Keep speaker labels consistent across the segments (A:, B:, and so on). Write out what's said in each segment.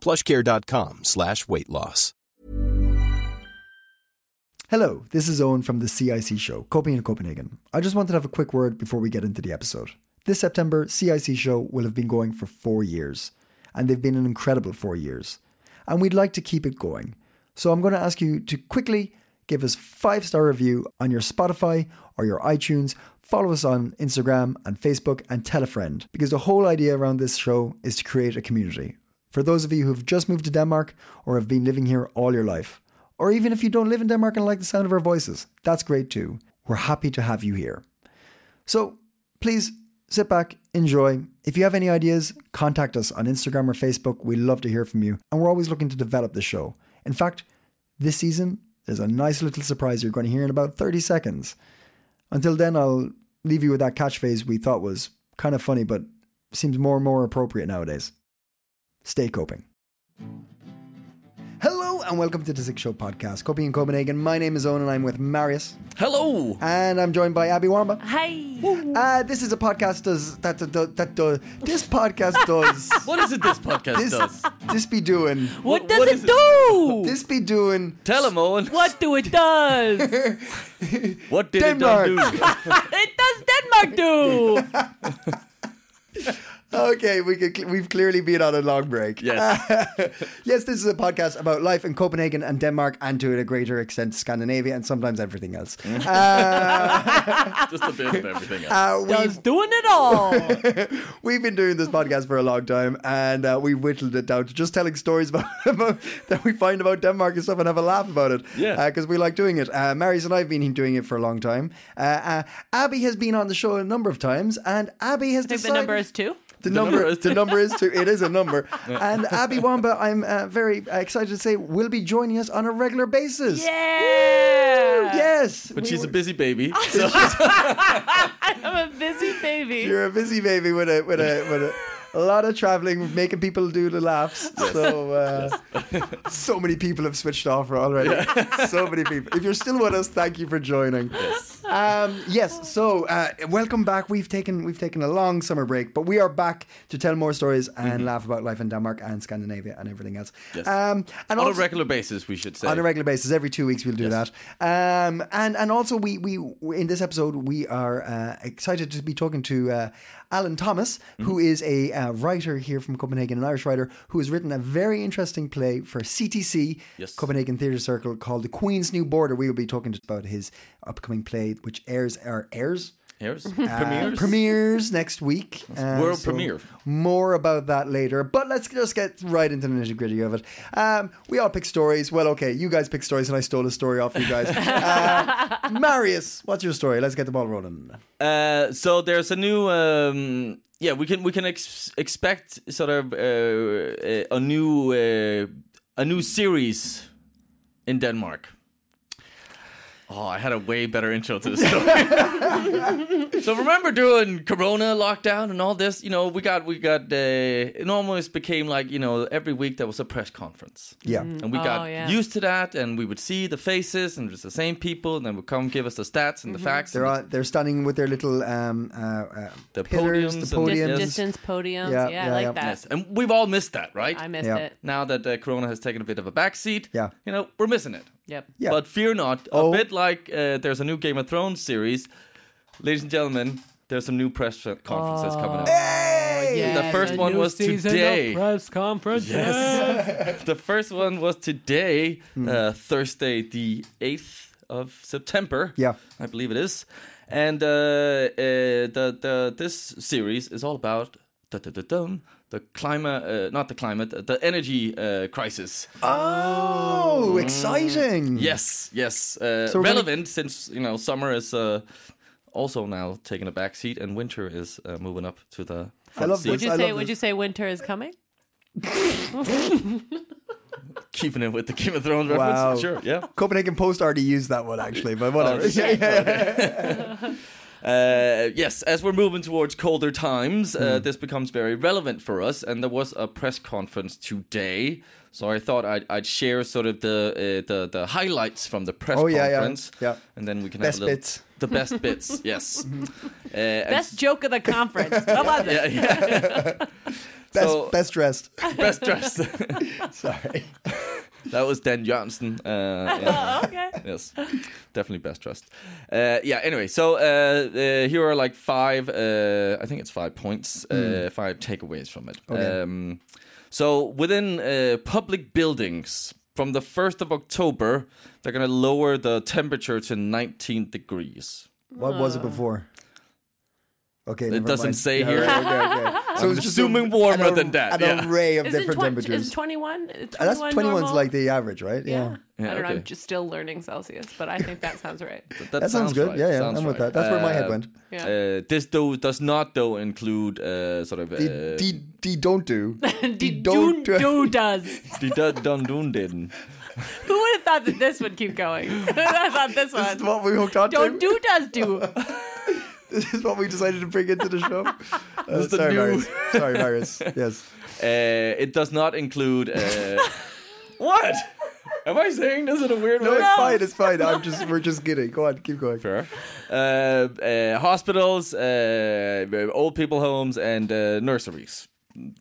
A: Plushcare.com slash weight loss.
B: Hello, this is Owen from the CIC Show, Coping in Copenhagen. I just wanted to have a quick word before we get into the episode. This September, CIC Show will have been going for four years, and they've been an incredible four years. And we'd like to keep it going. So I'm going to ask you to quickly give us five star review on your Spotify or your iTunes. Follow us on Instagram and Facebook and tell a friend because the whole idea around this show is to create a community. For those of you who've just moved to Denmark or have been living here all your life, or even if you don't live in Denmark and like the sound of our voices, that's great too. We're happy to have you here. So please sit back, enjoy. If you have any ideas, contact us on Instagram or Facebook. We love to hear from you, and we're always looking to develop the show. In fact, this season, there's a nice little surprise you're going to hear in about 30 seconds. Until then, I'll leave you with that catchphrase we thought was kind of funny, but seems more and more appropriate nowadays. Stay coping. Hello, and welcome to the Six Show podcast, Coping in Copenhagen. My name is Owen, and I'm with Marius,
C: Hello.
B: and I'm joined by Abby Warmba.
D: Hi.
B: Uh, this is a podcast does that that, that, that does this podcast does
C: What is it this podcast
B: this
C: does?
B: this be doing
D: What
C: Wh-
D: does
C: what
D: it
C: is it?
D: do?
B: this be doing
C: Tell him, Owen.
D: What do it does? it
C: What did it
B: Denmark.
C: done do?
D: does Denmark do?
B: okay we could cl- we've clearly been on a long break Uh,
C: Yes.
B: yes this is a podcast about life in Copenhagen and Denmark and to a greater extent Scandinavia and sometimes everything else
C: Mm. Just a bit of everything else.
B: uh,
D: Does
B: we've,
D: doing it all.
B: we've been doing this podcast for a long time and uh, we whittled it down to just telling stories about, about that we find about Denmark and stuff and have a laugh about it
C: Yeah.
B: because we like doing it. Uh, Marius and I have been doing it for a long time. Uh, uh, Abby has been on the show a number of times, and Abby has
D: I think the
B: decided
D: number is two.
B: the, number,
C: number is
B: the number is two. It is a number. and Abby Wamba, I'm uh, very excited to say, will be joining us on a regular basis.
D: Yeah.
B: Yes,
C: But
B: we
C: she's
B: were-
C: a busy baby. So
D: I'm a busy baby.
B: You're a busy baby with a with a with a. A lot of traveling, making people do the laughs. So, uh, so many people have switched off already. So many people. If you're still with us, thank you for joining. Yes. Um, yes. So, uh, welcome back. We've taken we've taken a long summer break, but we are back to tell more stories and laugh about life in Denmark and Scandinavia and everything else.
C: Mm-hmm. Yes.
B: Um, and
C: on a
B: also-
C: regular basis, we should say.
B: on a regular basis, every two weeks we'll do that. Um, and and also we we in this episode we are uh, excited to be talking to uh, Alan Thomas,
C: Mm-hmm.
B: who is a uh, writer here from Copenhagen, an Irish writer who has written a very interesting play for CTC,
C: Yes.
B: Copenhagen Theatre Circle, called The Queen's New Border. We will be talking about his upcoming play, which airs or airs.
C: Here's
B: uh,
C: premieres.
B: premieres next week. Um,
C: World premiere.
B: More about that later, but let's just get right into the nitty gritty of it. Um, we all pick stories. Well, okay, you guys pick stories, and I stole a story off you guys. Uh, Marius, what's your story? Let's get the ball rolling.
C: Uh, so there's a new um, yeah we can we can ex- expect sort of uh, a- a new uh, a new series in Denmark. Oh, I had a way better intro to this story. so remember doing Corona lockdown and all this, you know, we got we got uh, it almost became like you know every week there was a press conference.
B: Yeah.
C: And we
D: Oh,
C: got
D: yeah.
C: used to that, and we would see the faces, and it was the same people, and then would come give us the stats and the
D: Mm-hmm.
C: facts.
B: They're,
C: and the
B: on, Uh, they're standing with their little um, uh, uh,
C: The
B: pillars,
C: podiums
B: the
C: and-
B: podiums.
D: Dis- distance podiums.
B: Yeah,
D: Yeah,
B: yeah,
D: I like
B: yeah.
D: that.
C: Yes, and we've all missed that, right?
D: I missed
B: Yeah.
D: it.
C: now that uh, Corona has taken a bit of a backseat,
B: Yeah.
C: you know, we're missing it.
D: Yep.
B: Yeah.
C: But fear not, a
B: Oh.
C: bit like uh, there's a new Game of Thrones series, ladies and gentlemen. There's some new press conferences coming up. The first one was today.
E: press conference.
C: The first one was today,
B: Hmm.
C: uh, Thursday, the 8th of September.
B: Yeah.
C: I believe it is. And uh, uh, the, the this series is all about da, da, da, dum, the climate, uh, not the climate, the energy uh, crisis.
B: Oh, exciting!
C: Mm. Yes, yes.
B: So
C: Uh,
B: we're gonna-
C: relevant since, you know, summer is uh, also now taking a back seat and winter is uh, moving up to the front
B: love this.
C: seat.
D: Would you
B: I
D: say
B: love
D: would you say winter is coming?
C: keeping it with the Game of Thrones reference.
B: Wow.
C: Sure, yeah.
B: Copenhagen Post already used that one actually, but whatever.
C: Oh, shit. Uh, yes, as we're moving towards colder times, uh,
B: Hmm.
C: this becomes very relevant for us. And there was a press conference today, so I thought I'd, I'd share sort of the uh, the the highlights from the press
B: Oh, yeah, yeah,
C: conference.
B: yeah.
C: and then we can
B: Best
C: have a little,
B: bits.
C: The best bits, yes. Uh, and-
D: Best joke of the conference. What was it?
C: yeah, yeah.
B: best,
C: So-
B: best dressed.
C: best dressed.
B: Sorry.
C: that was Dan Johnson. Uh, yeah.
D: Oh, okay.
C: yes, definitely best trust. Uh, yeah. Anyway, so uh, uh, here are like five. Uh, I think it's five points. Uh, five takeaways from it.
B: Hmm. Okay.
C: Um, so within uh, public buildings, from the first of October, they're going to lower the temperature to 19 degrees.
B: What was it before? Okay, never
C: doesn't
B: mind.
C: say
B: Yeah,
C: here.
B: okay, okay, okay. So
C: I'm
B: it's just
C: assuming warmer
B: an ar-
C: than that,
B: An
C: yeah.
B: array of
D: Isn't
B: different
D: twen-
B: temperatures.
D: is 21? Is 21
B: Uh, That's 21's
D: normal?
B: like the average, right? Yeah.
D: Yeah. I don't know.
C: okay.
D: I'm just still learning Celsius, but I think that sounds right.
C: That,
B: That sounds good.
C: right,
B: Yeah, yeah,
C: sounds
B: I'm with that.
C: right.
B: That's where my head
C: Uh,
B: went.
D: Yeah.
C: Uh, this though does not though include uh, sort of uh,
B: D, D, D don't do.
D: The
B: Uh, don't-
D: Dune do does.
C: the dun- dun- dun- dun.
D: Who would have thought that this would keep going? I thought this
B: This is
D: one.
B: what we hooked on
D: Don't
B: to.
D: do does do.
B: This is what we decided to bring into the show. Uh,
C: is the
B: sorry,
C: new-
B: Marius. Sorry, Marius. Yes.
C: Uh, it does not include. Uh, what? Am I saying this in a weird
B: No,
C: way?
B: it's fine. It's fine. I'm just. We're just kidding. Go on. Keep going.
C: Fair. Uh, uh, hospitals, uh, old people homes, and uh, nurseries.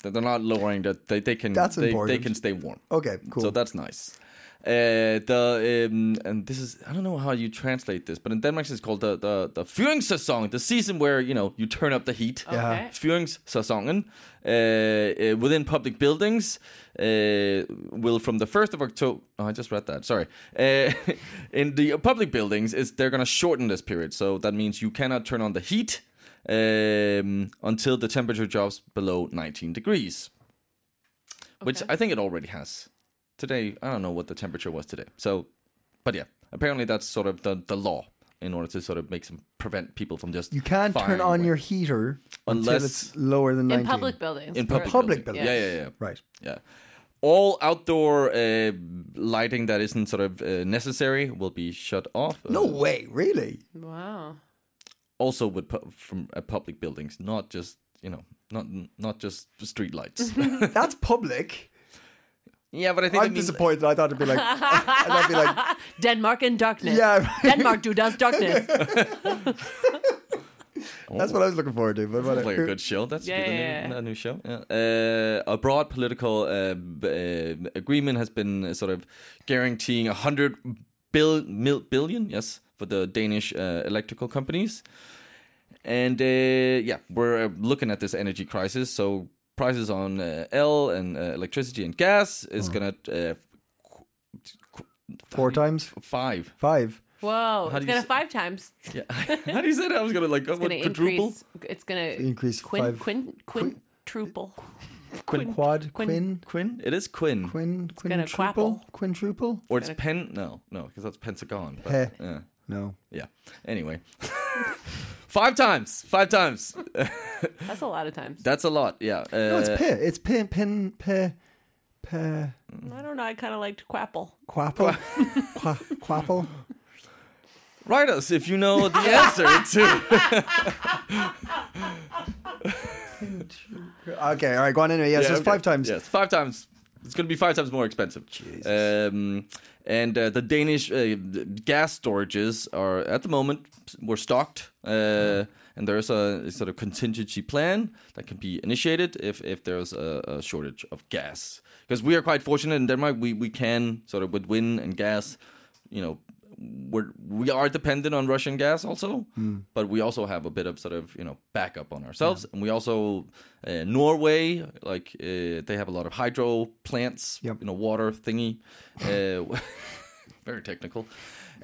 C: They're not lowering that. They, they can.
B: That's
C: they, They
B: important.
C: can stay warm.
B: Okay. Cool.
C: So that's nice. Uh, the um, and this is I don't know how you translate this, but in Denmark it's called the the the Fyringssæson, the season where you know you turn up the heat.
B: Yeah.
D: Okay.
C: Fyringssæsonen uh, uh, within public buildings uh, will from the 1st of October. Oh, I just read that. Sorry. Uh, in the public buildings, is they're going to shorten this period. So that means you cannot turn on the heat um, until the temperature drops below 19 degrees, which
D: Okay.
C: I think it already has. Today, I don't know what the temperature was today. So, but yeah, apparently that's sort of the, the law in order to sort of make some prevent people from just
B: you can't turn
C: firing
B: on
C: away.
B: your heater
C: Unless-
B: until it's lower than 19.
D: In public buildings.
C: in
D: Or-
C: public,
B: Public
C: building.
B: buildings.
C: Yeah, yeah, yeah.
B: Right.
C: yeah. All outdoor uh, lighting that isn't sort of uh, necessary will be shut off.
B: No
C: Uh,
B: way. Really.
D: Wow.
C: also with pu- from uh, public buildings, not just you know, not not just street lights.
B: That's public.
C: yeah, but I think
B: I'm disappointed. I thought it'd be like. and I'd be like,
D: Denmark in darkness.
B: yeah.
D: Denmark do does darkness.
B: That's what I was looking forward to. But
C: Sounds like a
B: whatever.
C: good show. That's
D: Yeah,
C: good, a,
D: yeah,
C: new,
D: yeah.
C: a new show. Yeah. Uh, a broad political uh, b- uh, agreement has been uh, sort of guaranteeing a hundred bil- mil- billion, yes, for the Danish uh, electrical companies. And uh, yeah, we're uh, looking at this energy crisis. So prices on uh, L and uh, electricity and gas is gonna uh, qu- qu-
B: Four times
C: five.
B: five.
D: Whoa.
C: How do
D: it's
C: you
D: going
C: say-
D: to five times. It's
C: Yeah, how do you say that? I was gonna like what,
D: going to
C: quadruple.
D: increase. It's going to
B: Increase
D: quin,
B: five-
D: quin, quin, quintuple.
C: Quin-
B: Quad.
D: Quin-
B: Quin.
C: Quinn? It is Quinn.
B: Quin.
D: gonna
B: Quintuple. Quintuple.
C: Or it's pen? No, no, because that's pentagon. But,
B: Heh.
C: yeah,
B: No.
C: yeah. Anyway, five times, five times.
D: That's a lot of times.
C: That's a lot. Yeah. Uh,
B: No, it's pin. It's pin. Pin. Pin. Pin.
D: I don't know. I kind of liked Quapple.
B: Quapple. Qua- Quapple.
C: write us if you know the answer to.
B: Okay. All right. Go on anyway. Yes.
C: Yeah,
B: it's
C: okay.
B: five times.
C: Yes, five times. It's going to be five times more expensive. Um, and uh, the Danish uh, gas storages are at the moment were stocked,
B: Uh-huh.
C: uh, and there's a sort of contingency plan that can be initiated if if there's a, a shortage of gas. Because we are quite fortunate in Denmark, we we can sort of with wind and gas, you know. We're, we are dependent on Russian gas also, but we also have a bit of sort of you know backup on ourselves, and we also uh, Norway like uh, they have a lot of hydro plants,
B: Yep.
C: you know water thingy, uh, very technical,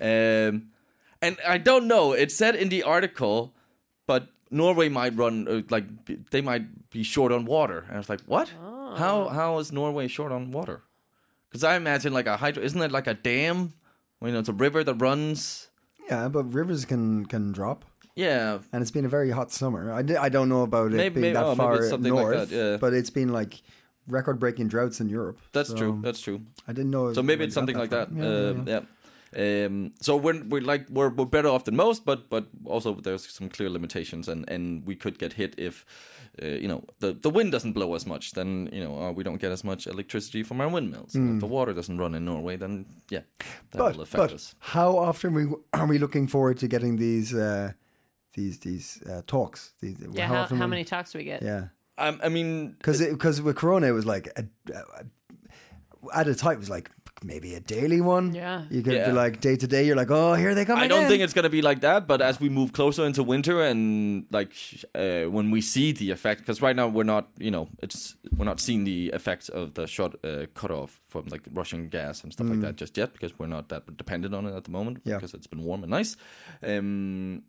C: um, and I don't know. It said in the article, but Norway might run uh, like b- they might be short on water, and I was like, what? How how is Norway short on water? Because I imagine like a hydro, isn't it like a dam? Well, you know, it's a river that runs.
B: Yeah, but rivers can can drop,
C: Yeah,
B: and it's been a very hot summer. I, di- I don't know about it
C: Maybe-
B: being
C: maybe-
B: that
C: oh,
B: far
C: maybe it's something like
B: north,
C: that, yeah.
B: but it's been like record breaking droughts in Europe.
C: That's
B: So
C: true. That's true.
B: I didn't know.
C: So maybe it's something like that. Um, yeah. Um, so we're, we're like we're, we're better off than most, but but also there's some clear limitations, and, and we could get hit if uh, you know the, the wind doesn't blow as much, then you know uh, we don't get as much electricity from our windmills. And If the water doesn't run in Norway, then yeah, that will
B: But,
C: affect
B: but
C: us.
B: how often we are we looking forward to getting these uh, these these uh, talks? These,
D: Yeah, how,
B: often
D: how
B: we-
D: many talks do we get?
B: Yeah,
C: I, Um, I mean,
B: because because with Corona it was like a, a, at a time it was like maybe a daily one.
D: Yeah.
B: you could
C: Yeah.
B: be like day to day. You're like, oh, here they come.
C: I don't
B: again."
C: think it's gonna be like that. But as we move closer into winter, and like uh, when we see the effect, because right now we're not, you know, it's we're not seeing the effects of the short uh, cutoff from like Russian gas and stuff like that just yet, because we're not that dependent on it at the moment,
B: Mm. Yeah.
C: because it's been warm and nice. Um,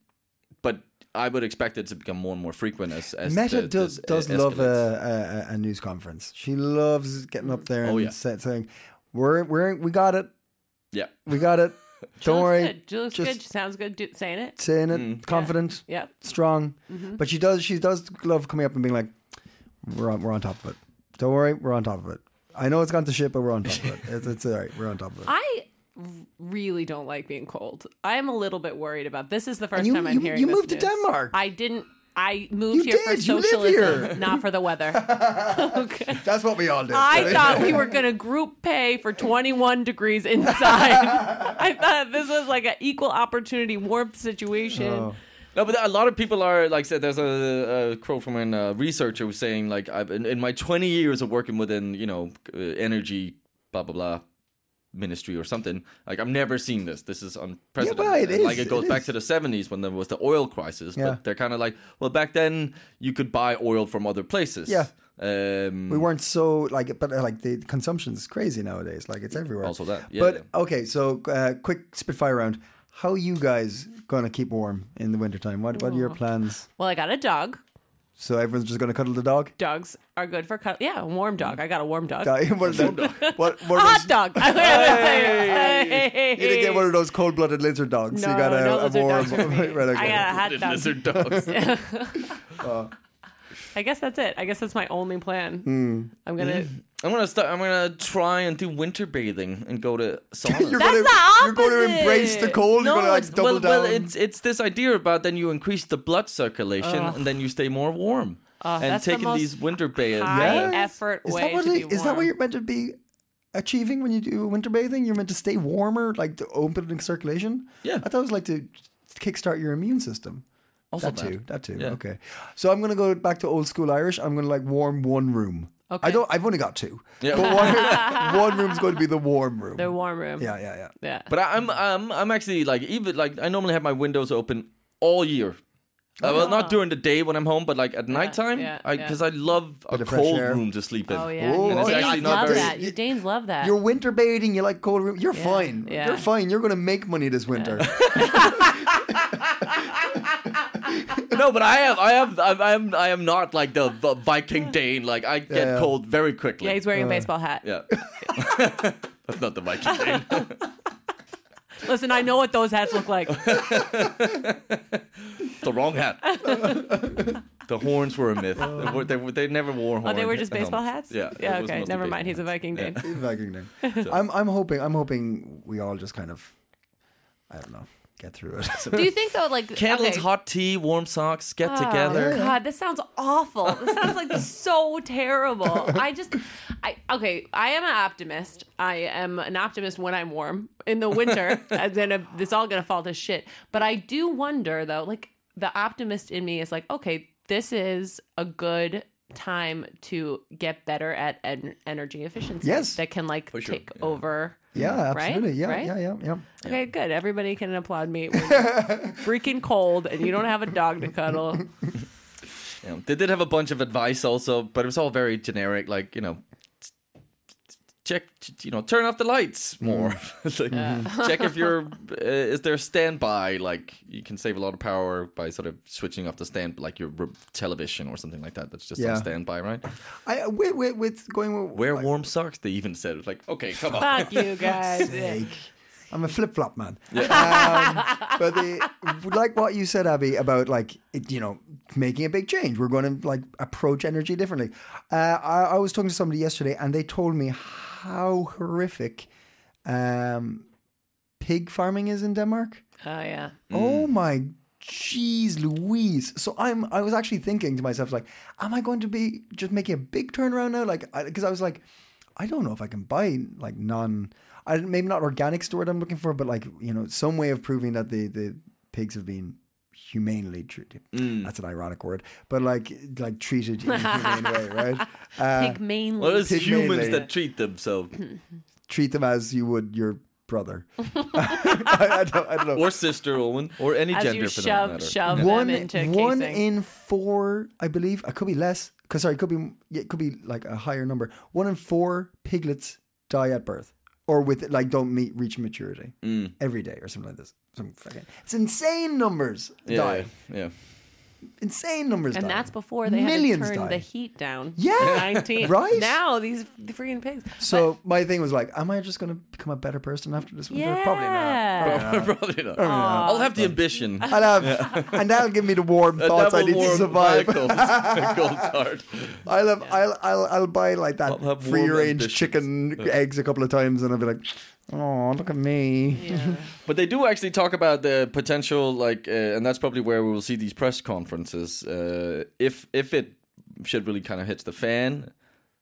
C: but I would expect it to become more and more frequent as, as
B: Meta
C: the-
B: does,
C: this, uh,
B: does love
C: escalates.
B: a, a, a news conference. She loves getting up there and
C: Oh, yeah.
B: sa- saying, "We're we're we got it,
C: yeah.
B: we got it.
D: She
B: Don't
D: looks
B: worry,
D: Good. She looks
B: Just-
D: good. She sounds good do, saying it.
B: saying it,
C: Mm.
B: confident,
D: Yeah.
B: strong." But she does she does love coming up and being like, "We're on we're on top of it. Don't worry, we're on top of it. I know it's gone to shit, but we're on top of it. It's, it's all right. We're on top of it."
D: I r- really don't like being cold. I am a little bit worried about this. Is the first
B: you-
D: time I'm
B: you-
D: hearing
B: you
D: this
B: moved to
D: news.
B: Denmark.
D: I didn't. I moved
B: You
D: here for
B: did. You live
D: socialism,
B: here.
D: not for the weather. okay.
B: That's what we all do.
D: I thought we were gonna group pay for 21 degrees inside. I thought this was like an equal opportunity warmth situation.
B: Oh.
C: No, but a lot of people are like said. There's a, a quote from a uh, researcher who's saying like, I've, in, in my 20 years of working within you know uh, energy, blah blah blah, ministry or something. Like I've never seen this. This is unprecedented.
B: well, it
C: And, Like
B: is,
C: it goes
B: it
C: back
B: is.
C: to the 70s when there was the oil crisis.
B: Yeah.
C: But they're kind of like, well, back then you could buy oil from other places.
B: Yeah.
C: Um,
B: we weren't so like but uh, like the consumption's crazy nowadays like it's everywhere
C: Also that, yeah,
B: but
C: yeah.
B: okay so uh, quick spitfire round how you guys gonna keep warm in the wintertime what what are your plans
D: Well, I got a dog.
B: so everyone's just gonna cuddle the dog
D: Dogs are good for cut. Yeah, a warm dog. I got a warm dog.
B: Guy- what, is that? what, what
D: A
B: was,
D: hot dog.
B: you didn't get one of those cold-blooded lizard dogs you
D: No,
B: got a,
D: no
B: a
D: lizard
B: warm
D: dogs for me.
B: right, okay.
D: I got a hot
C: did
D: dog.
C: lizard dogs.
D: I guess that's it. I guess that's my only plan.
B: Hmm.
D: I'm gonna.
B: Mm-hmm.
C: I'm gonna start. I'm gonna try and do winter bathing and go to saunas.
B: you're
D: That's
B: gonna,
D: the
B: you're gonna
D: opposite.
B: embrace the cold you're gonna like
C: it's-
B: double
C: well,
B: down
C: well, it's it's this idea about then you increase the blood circulation and then you stay more warm. and
D: that's the
C: taking
D: most
C: these winter baths.
D: high
B: Yes.
D: effort
B: is
D: way
B: that what
D: to
B: it-
D: be
B: is that what
D: warm.
B: you're meant to be achieving when you do winter bathing? You're meant to stay warmer, like to open circulation.
C: Yeah.
B: I thought it was like to kickstart your immune system.
C: Also
B: that,
C: that.
B: too. That too.
C: Yeah.
B: Okay. So I'm gonna go back to old school Irish. I'm gonna like warm one room. Okay. I don't. I've only got two.
C: Yeah.
B: But one, one room's going to be the warm room.
D: The warm room.
B: yeah, yeah, yeah.
D: Yeah.
C: But I- I'm I'm I'm actually like even like I normally have my windows open all year. Uh, well, not during the day when I'm home, but like at nighttime,
D: yeah, yeah.
C: because I love a
B: Bit of fresh
C: cold
B: air.
C: room to sleep in.
D: Oh yeah.
B: Oh,
D: You
B: it's
D: Danes
B: actually not
D: love
B: very-
D: that. You Danes love that.
B: You're winter bathing. You like cold room. You're fine.
D: Uh, yeah.
B: You're fine. You're going to make money this winter.
C: No, but I have, I have, I'm, I'm, I am not like the, the Viking Dane. Like I get
B: yeah.
C: cold very quickly.
D: yeah, he's wearing
B: Uh.
D: a baseball hat.
C: Yeah. that's not the Viking Dane.
D: Listen, I know what those hats look like.
C: the wrong hat. the horns were a myth. They, were- they were- they never wore horns.
D: Oh, they were just baseball hats.
C: Yeah.
D: Yeah.
C: it was
D: Okay.
C: mostly
D: Never mind. He's a
C: baseball hats.
D: Viking Dane.
B: Viking name. I'm, I'm hoping. I'm hoping we all just kind of, I don't know, get through it.
D: Do you think though, like
C: Candles,
D: okay.
C: hot tea, warm socks, get
D: Oh,
C: together.
D: God, this sounds awful. This sounds like so terrible. I just, I okay. I am an optimist. I am an optimist when I'm warm in the winter. and then uh, it's all gonna fall to shit. But I do wonder though. Like the optimist in me is like, okay, this is a good time to get better at en- energy efficiency.
B: Yes.
D: that can like
C: sure,
D: take over.
B: Yeah,
D: Right?
B: absolutely. Yeah,
D: Right?
B: yeah, yeah, yeah.
D: Okay, good. Everybody can applaud me. when you're freaking cold, and you don't have a dog to cuddle.
C: You know, they did have a bunch of advice also, but it was all very generic. Like you know, t- t- check t- you know, turn off the lights more.
D: Mm.
C: It's like, mm. Check if you're uh, is there standby. Like you can save a lot of power by sort of switching off the stand, like your re- television or something like that. That's just
B: Yeah.
C: on standby, right?
B: I with with, with going with
D: Ah,
C: Wear warm socks. They even said it was like, okay, come on.
D: Fuck you guys. Yeah.
B: I'm a flip flop man. Um, but the, like what you said, Abby, about like it, you know making a big change. We're going to like approach energy differently. Uh, I, I was talking to somebody yesterday, and they told me how horrific um, pig farming is in Denmark.
D: Oh yeah.
B: Oh my jeez Louise. So I'm I was actually thinking to myself like am I going to be just making a big turnaround now like because I, was like I don't know if I can buy like non I maybe not organic the word I'm looking for but like you know some way of proving that the the pigs have been humanely treated. That's an ironic word but like like treated in a humane way, right? Uh,
D: Pig mainly.
C: Well, it's
B: Pig
C: humans
B: mainly.
C: that treat them. So
B: Treat them as you would your brother. I, I don't, I don't know.
C: or sister, Owen, or any
D: as
C: gender
D: you
C: for that
D: shove
C: matter.
D: shove
B: one,
D: them into
B: one
D: casing.
B: in four, I believe. It could be less. Cause sorry, it could be yeah, it could be like a higher number. One in four piglets die at birth, or with like don't meet reach maturity
C: Mm.
B: every day or something like this. Some fucking it's insane numbers
C: Yeah,
B: die.
C: yeah, yeah.
B: Insane numbers
D: and
B: die.
D: that's before they
B: Millions
D: had to turn
B: die.
D: the heat down.
B: Yeah,
D: to 19.
B: right?
D: Now these freaking pigs.
B: So my thing was like, am I just gonna become a better person after this winter? Probably
D: Yeah. Oh,
B: not. Probably not.
C: Probably not. I'll have the ambition.
B: I'll have, and that'll give me the warm
C: A
B: thoughts I
C: double
B: need to
C: warm
B: survive.
C: Michael's- Michael's heart.
B: I'll have, I'll, I'll, I'll buy like
C: I'll have
B: that free
C: warm
B: range
C: ambitions.
B: chicken eggs a couple of times, and I'll be like, oh, look at me.
C: But they do actually talk about the potential, like, uh, and that's probably where we will see these press conferences. Uh, if if it shit really kind of hits the fan,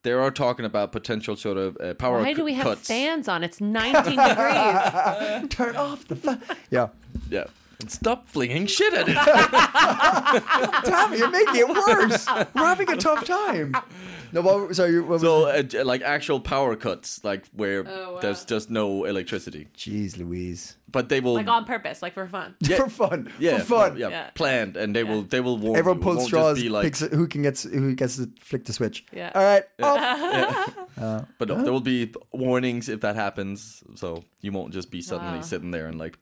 C: they are talking about potential sort of uh, power.
D: Why do we have
C: cuts.
D: fans on? It's 19 degrees.
B: Turn off the. Fa- yeah.
C: Yeah. And stop flinging shit at it.
B: Tommy, you're making it worse. We're having a tough time. No, what, sorry. What was,
C: so, uh, j- like actual power cuts, like where
D: Oh, wow.
C: there's just no electricity.
B: Jeez Louise.
C: But they will,
D: Like on purpose, like for fun.
B: for fun.
C: yeah,
B: for fun.
C: yeah,
D: Yeah.
C: planned, and they will, they will warn.
B: Everyone
C: you. It won't
B: pulls
C: just
B: straws,
C: be like-
B: picks it- who can get who gets to flick the switch.
D: Yeah.
B: All right. off.
C: But no, there will be warnings if that happens, so you won't just be suddenly
D: Wow.
C: sitting there and like,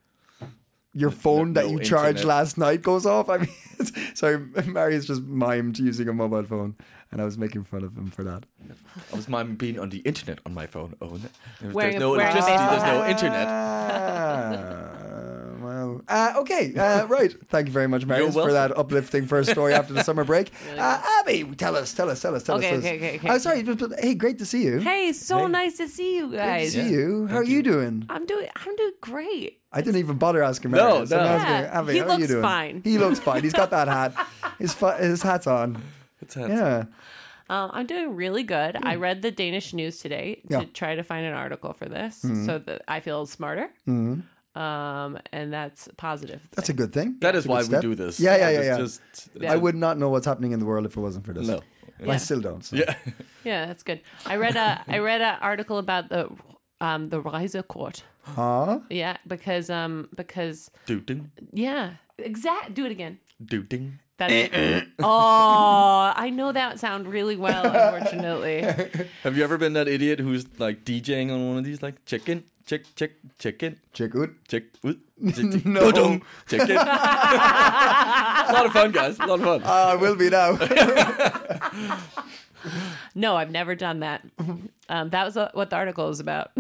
B: Your phone that
C: no
B: you charged
C: internet.
B: last night goes off. I mean, it's, sorry, Marius just mimed using a mobile phone, and I was making fun of him for that.
C: I was miming being on the internet on my phone. Oh, no. If
D: Wearing
C: there's
D: a-
C: no
D: wearing a
C: electricity,
D: baseball
C: there's no
D: hat.
C: internet.
B: Ah, well, uh, okay, uh, right. Thank you very much, Marius, for
C: welcome.
B: that uplifting first story after the summer break. Uh, Abby, tell us, tell us, tell us, tell
D: Okay,
B: us. tell us.
D: okay, okay, okay.
B: Oh, sorry, but, but, hey, great to see you.
D: Hey, so nice to see you
B: Good to
D: guys.
B: see you. How are you doing?
D: I'm doing I'm doing great.
B: I didn't even bother asking
C: No,
B: Marius. I'm
C: no.
B: asking
D: Yeah,
B: her, Abby,
D: he
B: how are you
D: looks
B: doing?
D: fine.
B: He looks fine. He's got that hat. His fu- his hat's on.
C: It's handsome.
B: Yeah.
D: Um, I'm doing really good. I read the Danish news today
B: Mm. Yeah. Mm-hmm.
D: to try to find an article for this so that I feel smarter. Um, and that's positive.
B: That's a good thing.
C: That is
B: It's a
C: why
B: good
C: we
B: step.
C: do this.
B: Yeah, yeah, yeah.
C: It's
B: yeah.
C: Just,
B: I would not know what's happening in the world if it wasn't for this.
C: No.
B: And I still don't. So.
C: Yeah.
D: Yeah, that's good. I read a I read an article about the um the Reiser court.
B: Huh?
D: Yeah, because um because
C: Dooting,
D: yeah, exact. Do it again.
C: dooting.
D: That's it. oh, I know that sound really well. Unfortunately,
C: Have you ever been that idiot who's like DJing on one of these, like chicken, chick, chick, chicken,
B: Check out.
C: chick, oot, chick, chick,
B: No.
C: doo-dung, chicken? A lot of fun, guys. A lot of fun.
B: Ah, I will be now.
D: no, I've never done that. Um, that was uh, what the article was about.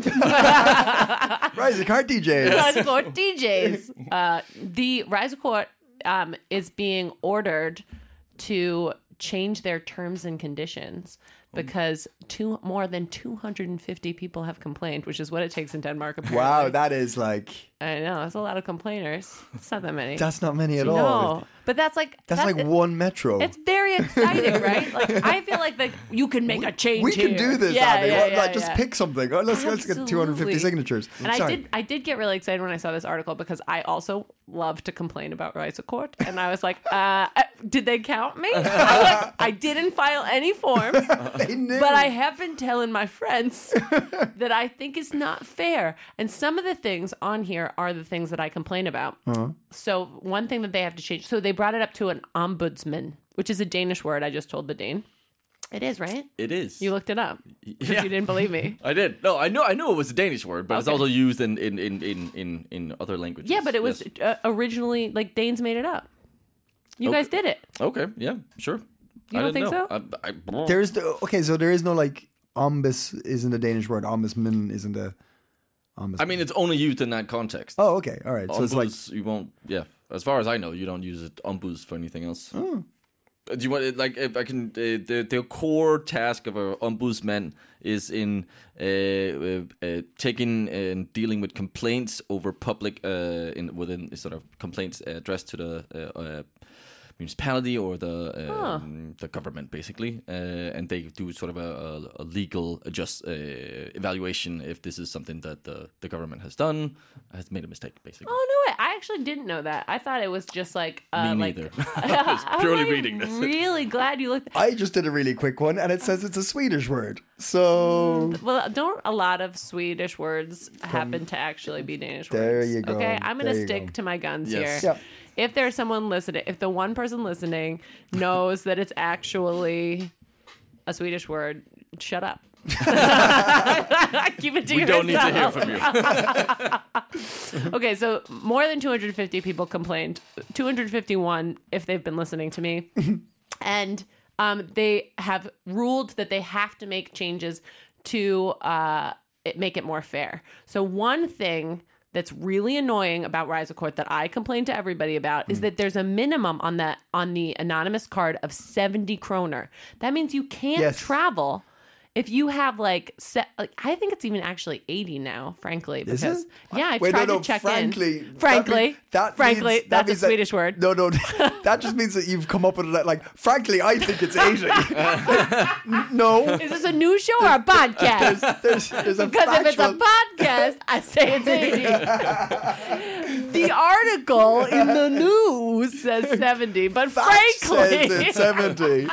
B: Rise of Cart DJs.
D: Rise Court DJs. Uh, the Rise Court um, is being ordered to change their terms and conditions because two more than 250 people have complained, which is what it takes in Denmark. Apparently.
B: Wow, that is like
D: I know that's a lot of complainers. It's not that many.
B: that's not many at all.
D: no, but that's like
B: That's, like one metro.
D: It's very exciting, right? Like I feel like that you can make a change.
B: we can
D: here.
B: do this, Abby. Well, like, just
D: yeah.
B: pick something. Oh, let's, let's get 250
D: Absolutely.
B: signatures.
D: And I
B: Sorry.
D: did, I did get really excited when I saw this article because I also love to complain about rights of court, and I was like, uh, uh, "Did they count me?" I, like, I didn't file any forms,
B: They knew.
D: but I have been telling my friends that I think it's not fair. And some of the things on here are the things that I complain about.
B: Uh-huh.
D: So one thing that they have to change. So they brought it up to an ombudsman, which is a Danish word. I just told the Dane. It is right.
C: It is.
D: You looked it up. 'Cause
C: Yeah.
D: You didn't believe me.
C: I did. No, I know. I knew it was a Danish word, but it's
D: Okay.
C: also used in in in in in, in other languages.
D: Yeah, but it was
C: Yes.
D: uh, originally like Danes made it up. You
C: Okay.
D: guys did it.
C: Okay. Yeah. Sure.
D: You
C: I
D: don't
C: didn't
D: think so?
C: know. I, I,
B: There's the, okay, so there is no like ombus isn't a Danish word. Ombudsman isn't a Ombudsman.
C: I mean, it's only used in that context.
B: oh, okay, all right. So
C: on
B: it's like
C: booze, you won't. Yeah, as far as I know, you don't use it on booze for anything else.
B: Oh.
C: Uh, Do you want it, like if I can? Uh, the the core task of a ombudsman is in uh, uh, uh, taking and dealing with complaints over public uh, in within sort of complaints addressed to the. Uh, uh, Municipality or the um, the government, basically, uh, and they do sort of a, a, a legal adjust uh, evaluation if this is something that the, the government has done has made a mistake, basically.
D: Oh no! Way. I actually didn't know that. I thought it was just like
C: Me
D: uh, like
C: neither. I was
D: I'm
C: purely
D: like "Mm,
C: reading this.
D: Really glad you looked.
B: I just did a really quick one, and it says it's a Swedish word. So
D: Well, don't a lot of Swedish words happen to actually be Danish
B: There
D: words?
B: you go.
D: Okay, I'm gonna
B: There you
D: stick
B: go.
D: to my guns
C: Yes.
D: here.
B: Yep.
D: If there's someone listening, if the one person listening knows that it's actually a Swedish word, shut up. Keep it to
C: We don't need to hear
D: yourself.
C: from you.
D: Okay, so more than 250 people complained. 251 if they've been listening to me. and um, they have ruled that they have to make changes to uh, it, make it more fair. So one thing that's really annoying about Rise of Court that I complain to everybody about
B: Mm.
D: is that there's a minimum on that on the anonymous card of 70 kroner. That means you can't
B: Yes.
D: travel if you have like, se- like I think it's even actually 80 now, frankly,
B: Is
D: because
B: it?
D: yeah, I've
B: Wait,
D: tried
B: no, no,
D: to check
B: frankly,
D: in. Frankly,
B: mean- that
D: frankly,
B: means- that
D: that's
B: means
D: a
B: that-
D: Swedish word.
B: No, no, that just means that you've come up with it. Like, frankly, I think it's eighty. no,
D: Is this a new show or a podcast?
B: there's, there's a
D: Because if it's a
B: factual-
D: podcast, I say it's 80. the article in the news says 70, but
B: fact
D: frankly,
B: says it's seventy.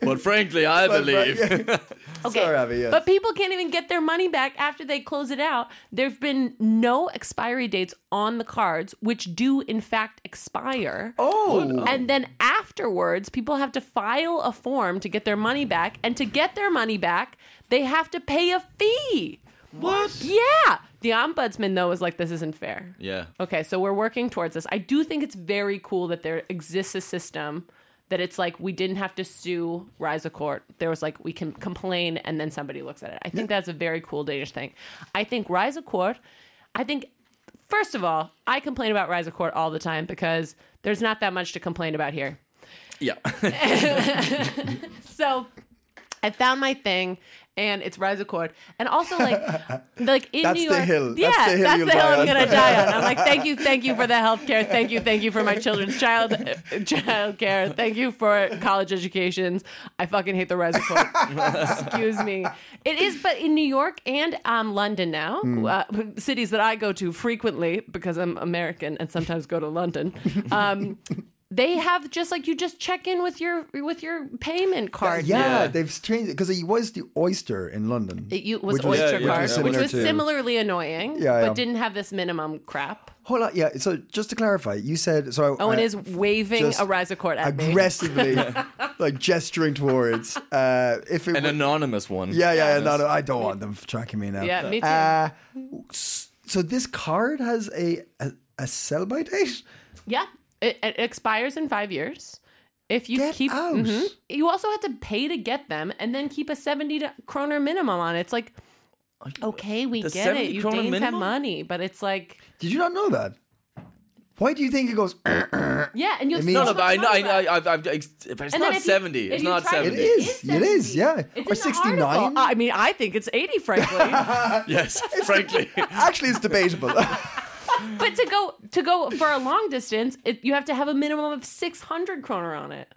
C: But frankly, I believe.
D: Okay.
B: Sorry, Abby, yes.
D: But people can't even get their money back after they close it out. There've been no expiry dates on the cards, which do in fact expire.
B: Oh,
D: And then afterwards, people have to file a form to get their money back. And to get their money back, they have to pay a fee.
C: What?
D: Yeah. The ombudsman, though, is like, this isn't fair.
C: Yeah.
D: Okay, so we're working towards this. I do think it's very cool that there exists a system that it's like we didn't have to sue Rise of Court. There was like we can complain and then somebody looks at it. I think that's a very cool Danish thing. I think Rise of Court, I think first of all, I complain about Rise of Court all the time because there's not that much to complain about here.
C: Yeah.
D: So I found my thing and it's Rise of Court. And also like like in
B: That's
D: New
B: the
D: York.
B: hill.
D: Yeah,
B: That's the hill you'll die
D: I'm
B: on.
D: gonna die on. I'm like, thank you, thank you for the health care, thank you, thank you for my children's child child care, thank you for college educations. I fucking hate the Rise of Court. Excuse me. It is but in New York and um, London now,
B: Hmm.
D: uh, cities that I go to frequently because I'm American and sometimes go to London. Um They have just like you just check in with your with your payment card.
B: yeah,
C: Yeah.
B: they've changed it because it was the oyster in London.
D: It you, was
B: which
D: Oyster
C: yeah,
D: Card,
C: which was
D: which
B: similar
D: was
B: to-
D: similarly annoying,
B: Yeah, yeah.
D: but didn't have this minimum crap.
B: Hold on, yeah. So just to clarify, you said so. I-
D: Owen
B: I-
D: Oh, is waving
B: just
D: a rise of court at me.
B: aggressively, like gesturing towards. Uh, if it
C: An
B: were-
C: anonymous one.
B: Yeah, yeah, yeah. No, no, I don't want them tracking me now.
D: Yeah, me too.
B: Uh, s- so this card has a a, a sell by date.
D: Yeah, it, it expires in five years. If you
B: Get
D: keep,
B: out.
D: Mhm. you also have to pay to get them, and then keep a seventy kroner minimum on it. It's like, okay, we
C: The
D: get it.
C: 70
D: You
C: kroner
D: Danes have
C: minimum?
D: money, but it's like,
B: Did you not know that? Why do you think it goes?
D: yeah, and you
B: means-
D: have so
C: No, no, but I
D: much
C: know. I
D: money
C: know
D: left.
C: I, I've, I've, it's it's
D: And then
C: not
D: if you-
C: 70.
D: if
C: it's
D: you
C: not
D: try to-
C: 70.
B: It is.
D: is
B: It is.
D: 70.
B: Yeah.
D: It's
B: or
D: in the
B: sixty
D: article.
B: nine.
D: I mean, I think it's eighty, frankly.
C: Yes, frankly.
B: Actually, it's debatable.
D: but to go to go for a long distance, it, you have to have a minimum of six hundred kroner on it.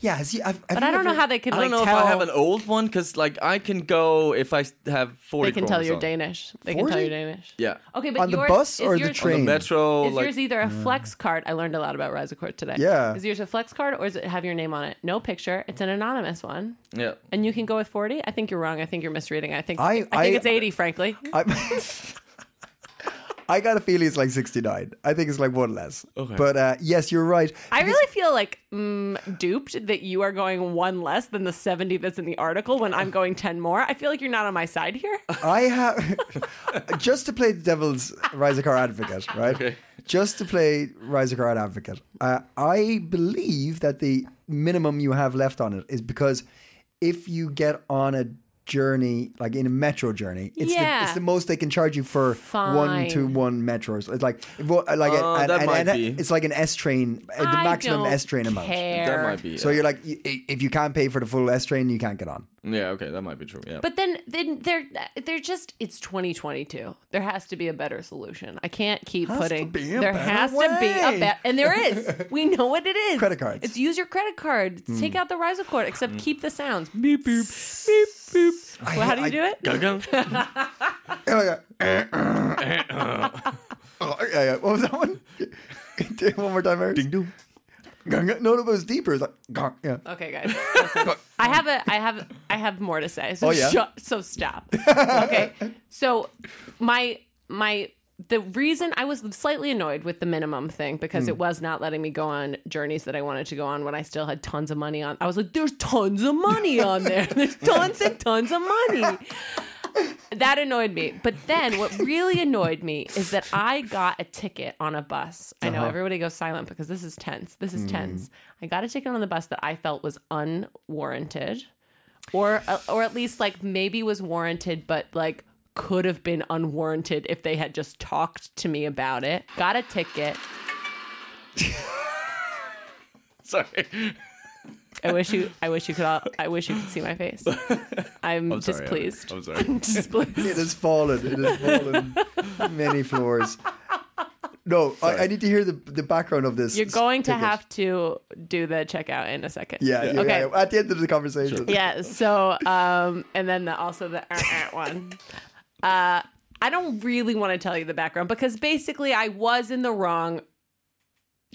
B: yeah. See, I've,
D: But I don't know how they can
C: I
D: like
C: don't know
D: tell.
C: if I have an old one because, like, I can go if I have 40.
D: they can tell
C: kroners
D: you're
C: on.
D: Danish. They can tell
B: 40?
D: you're Danish.
C: Yeah.
D: Okay, but
B: On the
D: yours,
B: bus
D: is
B: or the
D: yours-
B: train?
C: Metro.
D: Is
C: like,
D: yours either a flex card? I learned a lot about Rizacord today.
B: uh, Yeah.
D: Is yours a flex card or is it have your name on it? No picture. It's an anonymous one,
C: yeah.
D: and you can go with forty. I think you're wrong. I think you're misreading. I think
B: I-
D: I,
B: I-
D: think it's eighty. Frankly,
B: I, I got a feeling it's like sixty nine. I think it's like one less. Okay. But uh, yes, you're right.
D: I really feel like mm, duped that you are going one less than the seventy that's in the article when I'm going ten more. I feel like you're not on my side here.
B: I have just to play the devil's Rizikar advocate, right? Just to play Rizikar advocate. Uh, I believe that the minimum you have left on it is because if you get on a journey, like in a metro journey, it's, the,
D: Yeah.
B: it's the most they can charge you for one to
D: Fine.
B: one metros. It's like if what- uh, like a-
C: Oh,
B: an-
C: that
B: an-
C: might
B: an-
C: be.
B: it's like an S train, uh, the
D: I
B: maximum
D: don't
B: S train amount.
D: care.
C: That might be.
B: So
C: yeah.
B: you're like, y- i- if you can't pay for the full S train, you can't get on.
C: yeah, okay, that might be true. Yeah,
D: But then, then they're they're just it's 2022. There has to be a better solution. I can't keep
B: to
D: putting.
B: be a
D: there
B: better
D: has to be
B: way.
D: a better, and there is. We know what it is.
B: Credit cards. Hmm.
D: It's use your credit card. It's Take out the risocord, except keep the sounds. Beep boop, beep boop. Well, how do you
B: I-
D: do it?
B: Oh yeah. oh yeah, yeah. What was that one? Do it one more time, Ding dong. No, no, it was deeper. It's like, gong, yeah.
D: Okay, guys. listen. I have a, I have, I have more to say. So
B: Oh, yeah?
D: shut- so stop. Okay. So my my the reason I was slightly annoyed with the minimum thing because
B: Hmm.
D: it was not letting me go on journeys that I wanted to go on when I still had tons of money on. I was like, there's tons of money on there. There's tons and tons of money. That annoyed me. But then what really annoyed me is that I got a ticket on a bus. I know everybody goes silent because this is tense. This is tense. I got a ticket on the bus that I felt was unwarranted or uh, or at least like maybe was warranted but like could have been unwarranted if they had just talked to me about it. Got a ticket.
C: Sorry.
D: I wish you I wish you could all, I wish you could see my face. I'm,
C: sorry,
D: displeased.
C: I'm sorry.
D: displeased.
B: It has fallen. It has fallen many floors. No, I, I need to hear the, the background of this.
D: You're going to
B: ticket.
D: have to do the checkout in a second.
B: Yeah, yeah,
D: Okay.
B: yeah. At the end of the conversation.
D: yeah so um and then the, also the uh, uh, one uh i don't really want to tell you the background because basically i was in the wrong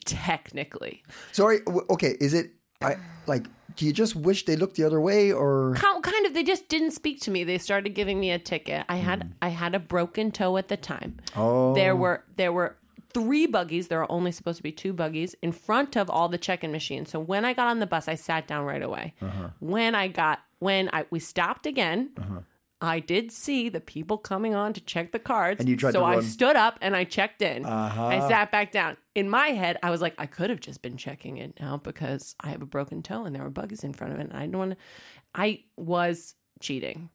D: technically
B: Sorry. w- Okay. Is it I like? Do you just wish they looked the other way, or
D: Kind- kind of they just didn't speak to me they started giving me a ticket i had i had a broken toe at the time
B: Oh.
D: there were there were three buggies there are only supposed to be two buggies in front of all the check-in machines so when i got on the bus i sat down right away
B: Uh-huh.
D: when i got when i we stopped again I did see the people coming on to check the cards.
B: And you tried
D: so
B: to
D: I
B: run. Uh-huh.
D: stood up and I checked in. I sat back down. In my head, I was like, I could have just been checking it now because I have a broken toe and there were buggies in front of it. And I didn't want to. I was cheating.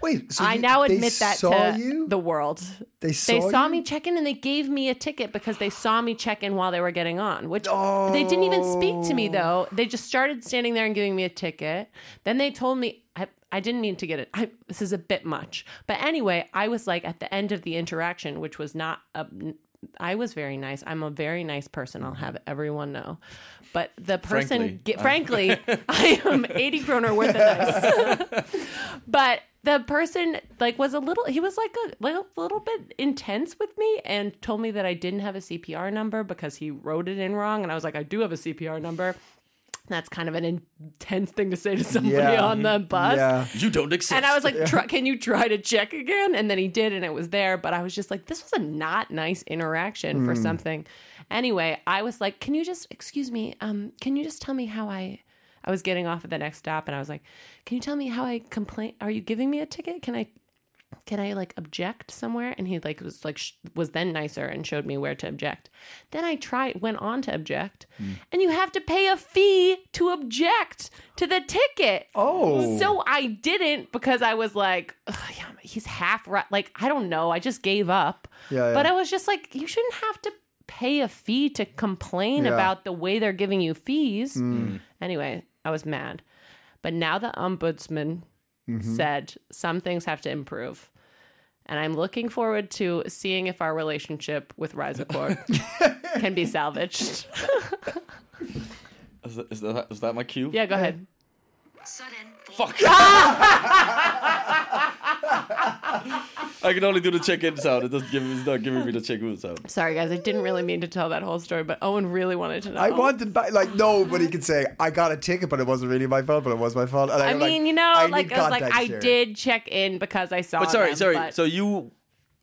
B: wait? So
D: I
B: you-
D: now
B: they
D: admit that
B: saw
D: to
B: you.
D: the world.
B: they
D: They
B: saw,
D: saw,
B: you?
D: me check in and they gave me a ticket because they saw me check in while they were getting on, which they didn't even speak to me though. They just started standing there and giving me a ticket. Then they told me I, I didn't need to get it. I, this is a bit much. But anyway, I was like at the end of the interaction, which was not a. I was very nice. I'm a very nice person. I'll have everyone know. But the person,
C: Frankly,
D: ge- frankly, I am 80 kroner worth of nice but the person like was a little he was like a like a little bit intense with me and told me that I didn't have a CPR number because he wrote it in wrong and I was like I do have a CPR number. That's kind of an intense thing to say to somebody
B: Yeah.
D: on the bus.
B: Yeah.
C: You don't exist.
D: And I was like, try, "Can you try to check again?" And then he did, and it was there. But I was just like, "This was a not nice interaction for something." Anyway, I was like, "Can you just excuse me? Um, can you just tell me how I?" I was getting off at the next stop, and I was like, "Can you tell me how I complain? Are you giving me a ticket? Can I?" Can I like object somewhere? And he like was like sh- was then nicer and showed me where to object. Then I tried went on to object, and you have to pay a fee to object to the ticket.
B: Oh.
D: So I didn't because I was like, "Ugh, yeah, he's half right. Like, I don't know. I just gave up.
B: Yeah, yeah.
D: But I was just like, you shouldn't have to pay a fee to complain
B: Yeah. Hmm.
D: about the way they're giving you fees. Anyway, I was mad. But now the ombudsman
B: Mm-hmm.
D: said some things have to improve. And I'm looking forward to seeing if our relationship with Rizacord can be salvaged.
C: is, that- is that, is that my cue?
D: yeah, go ahead.
C: Fuck. I can only do the check-in sound. It doesn't give. It's not giving me the check-in sound.
D: Sorry, guys. I didn't really mean to tell that whole story, but Owen really wanted to know.
B: I wanted back, like nobody could say I got a ticket, but it wasn't really my fault, but it was my fault. And
D: I
B: I'm like,
D: mean, you know,
B: I
D: like
B: need
D: I was like,
B: context
D: I
B: here.
D: did check in because I saw.
C: But sorry,
D: them,
C: sorry.
D: but-
C: So you,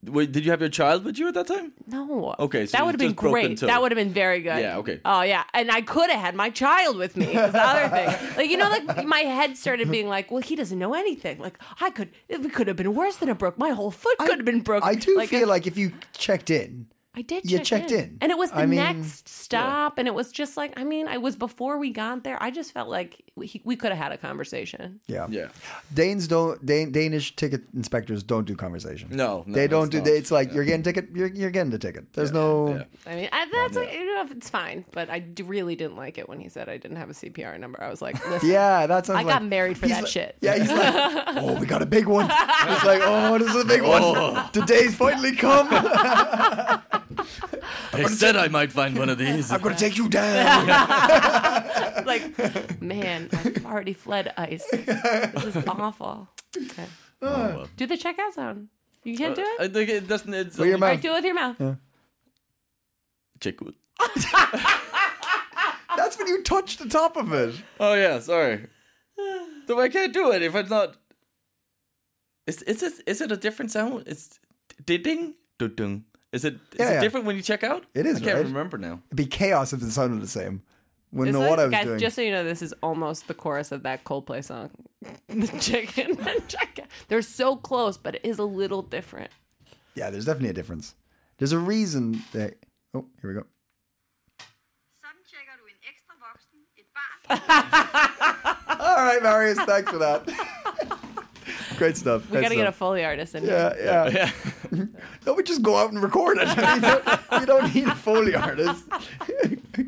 C: wait, did you have your child with you at that time?
D: no,
C: Okay, so
D: that
C: you
D: would have been
C: just broke
D: great.
C: into-
D: That would have been very good.
C: Yeah, okay.
D: Oh yeah, and I could have had my child with me. That's the other thing. Like you know, like my head started being like, well, he doesn't know anything. Like I could, it could have been worse than a broke. My whole foot could have been broken.
B: I do
D: like,
B: feel like if you checked in,
D: I did.
B: You
D: check
B: checked in.
D: and it was the
B: I mean,
D: next stop, and it was just like I mean, I was before we got there. I just felt like we, we could have had a conversation.
B: Yeah.
C: Yeah.
B: Danes don't. Dan, Danish ticket inspectors don't do conversation.
C: No, no,
B: they don't
C: it's
B: do.
C: not.
B: They, it's like you're getting ticket. You're, you're getting the ticket. There's no.
C: yeah.
D: I mean, I, that's like, you know, it's fine, but I d- really didn't like it when he said I didn't have a CPR number. I was like, listen,
B: Yeah, that sounds
D: I got
B: like-
D: married for
B: he's
D: that
B: like-
D: shit.
B: Yeah, he's like, oh, we got a big one. It's like, oh, this is a big
C: Oh.
B: one. The day's finally come. I'm
C: They said I might find one of these.
B: gonna take you down.
D: like, man, I've already fled ice. This is awful. Okay.
B: Oh,
D: Do the checkout sound. You can't do it.
C: I think it doesn't. It's
B: Well, your
D: All
B: mouth.
D: right, do it with your mouth.
C: Check it.
B: That's when you touch the top of it.
C: Oh yeah, sorry. so I can't do it if I'm not. Is is it is it a different sound? It's ding ding. Is
B: Yeah,
C: it is it
B: yeah.
C: different when you check out?
B: It is,
C: I can't
B: right?
C: remember now.
B: It'd be chaos if it sounded the same. Wouldn't
D: This
B: know what
D: is-
B: I was
D: guys,
B: doing.
D: just so you know, this is almost the chorus of that Coldplay song. the chicken and chicken. They're so close, but it is a little different.
B: Yeah, there's definitely a difference. There's a reason that. Oh, here we go.
E: Sådan tjekker du en ekstra voksen, et barn.
B: All right, Marius, thanks for that. Great stuff.
D: We gotta get a Foley artist in here.
B: Yeah, yeah.
C: Yeah.
B: No, we just go out and record it. you, don't, you don't need a Foley artist.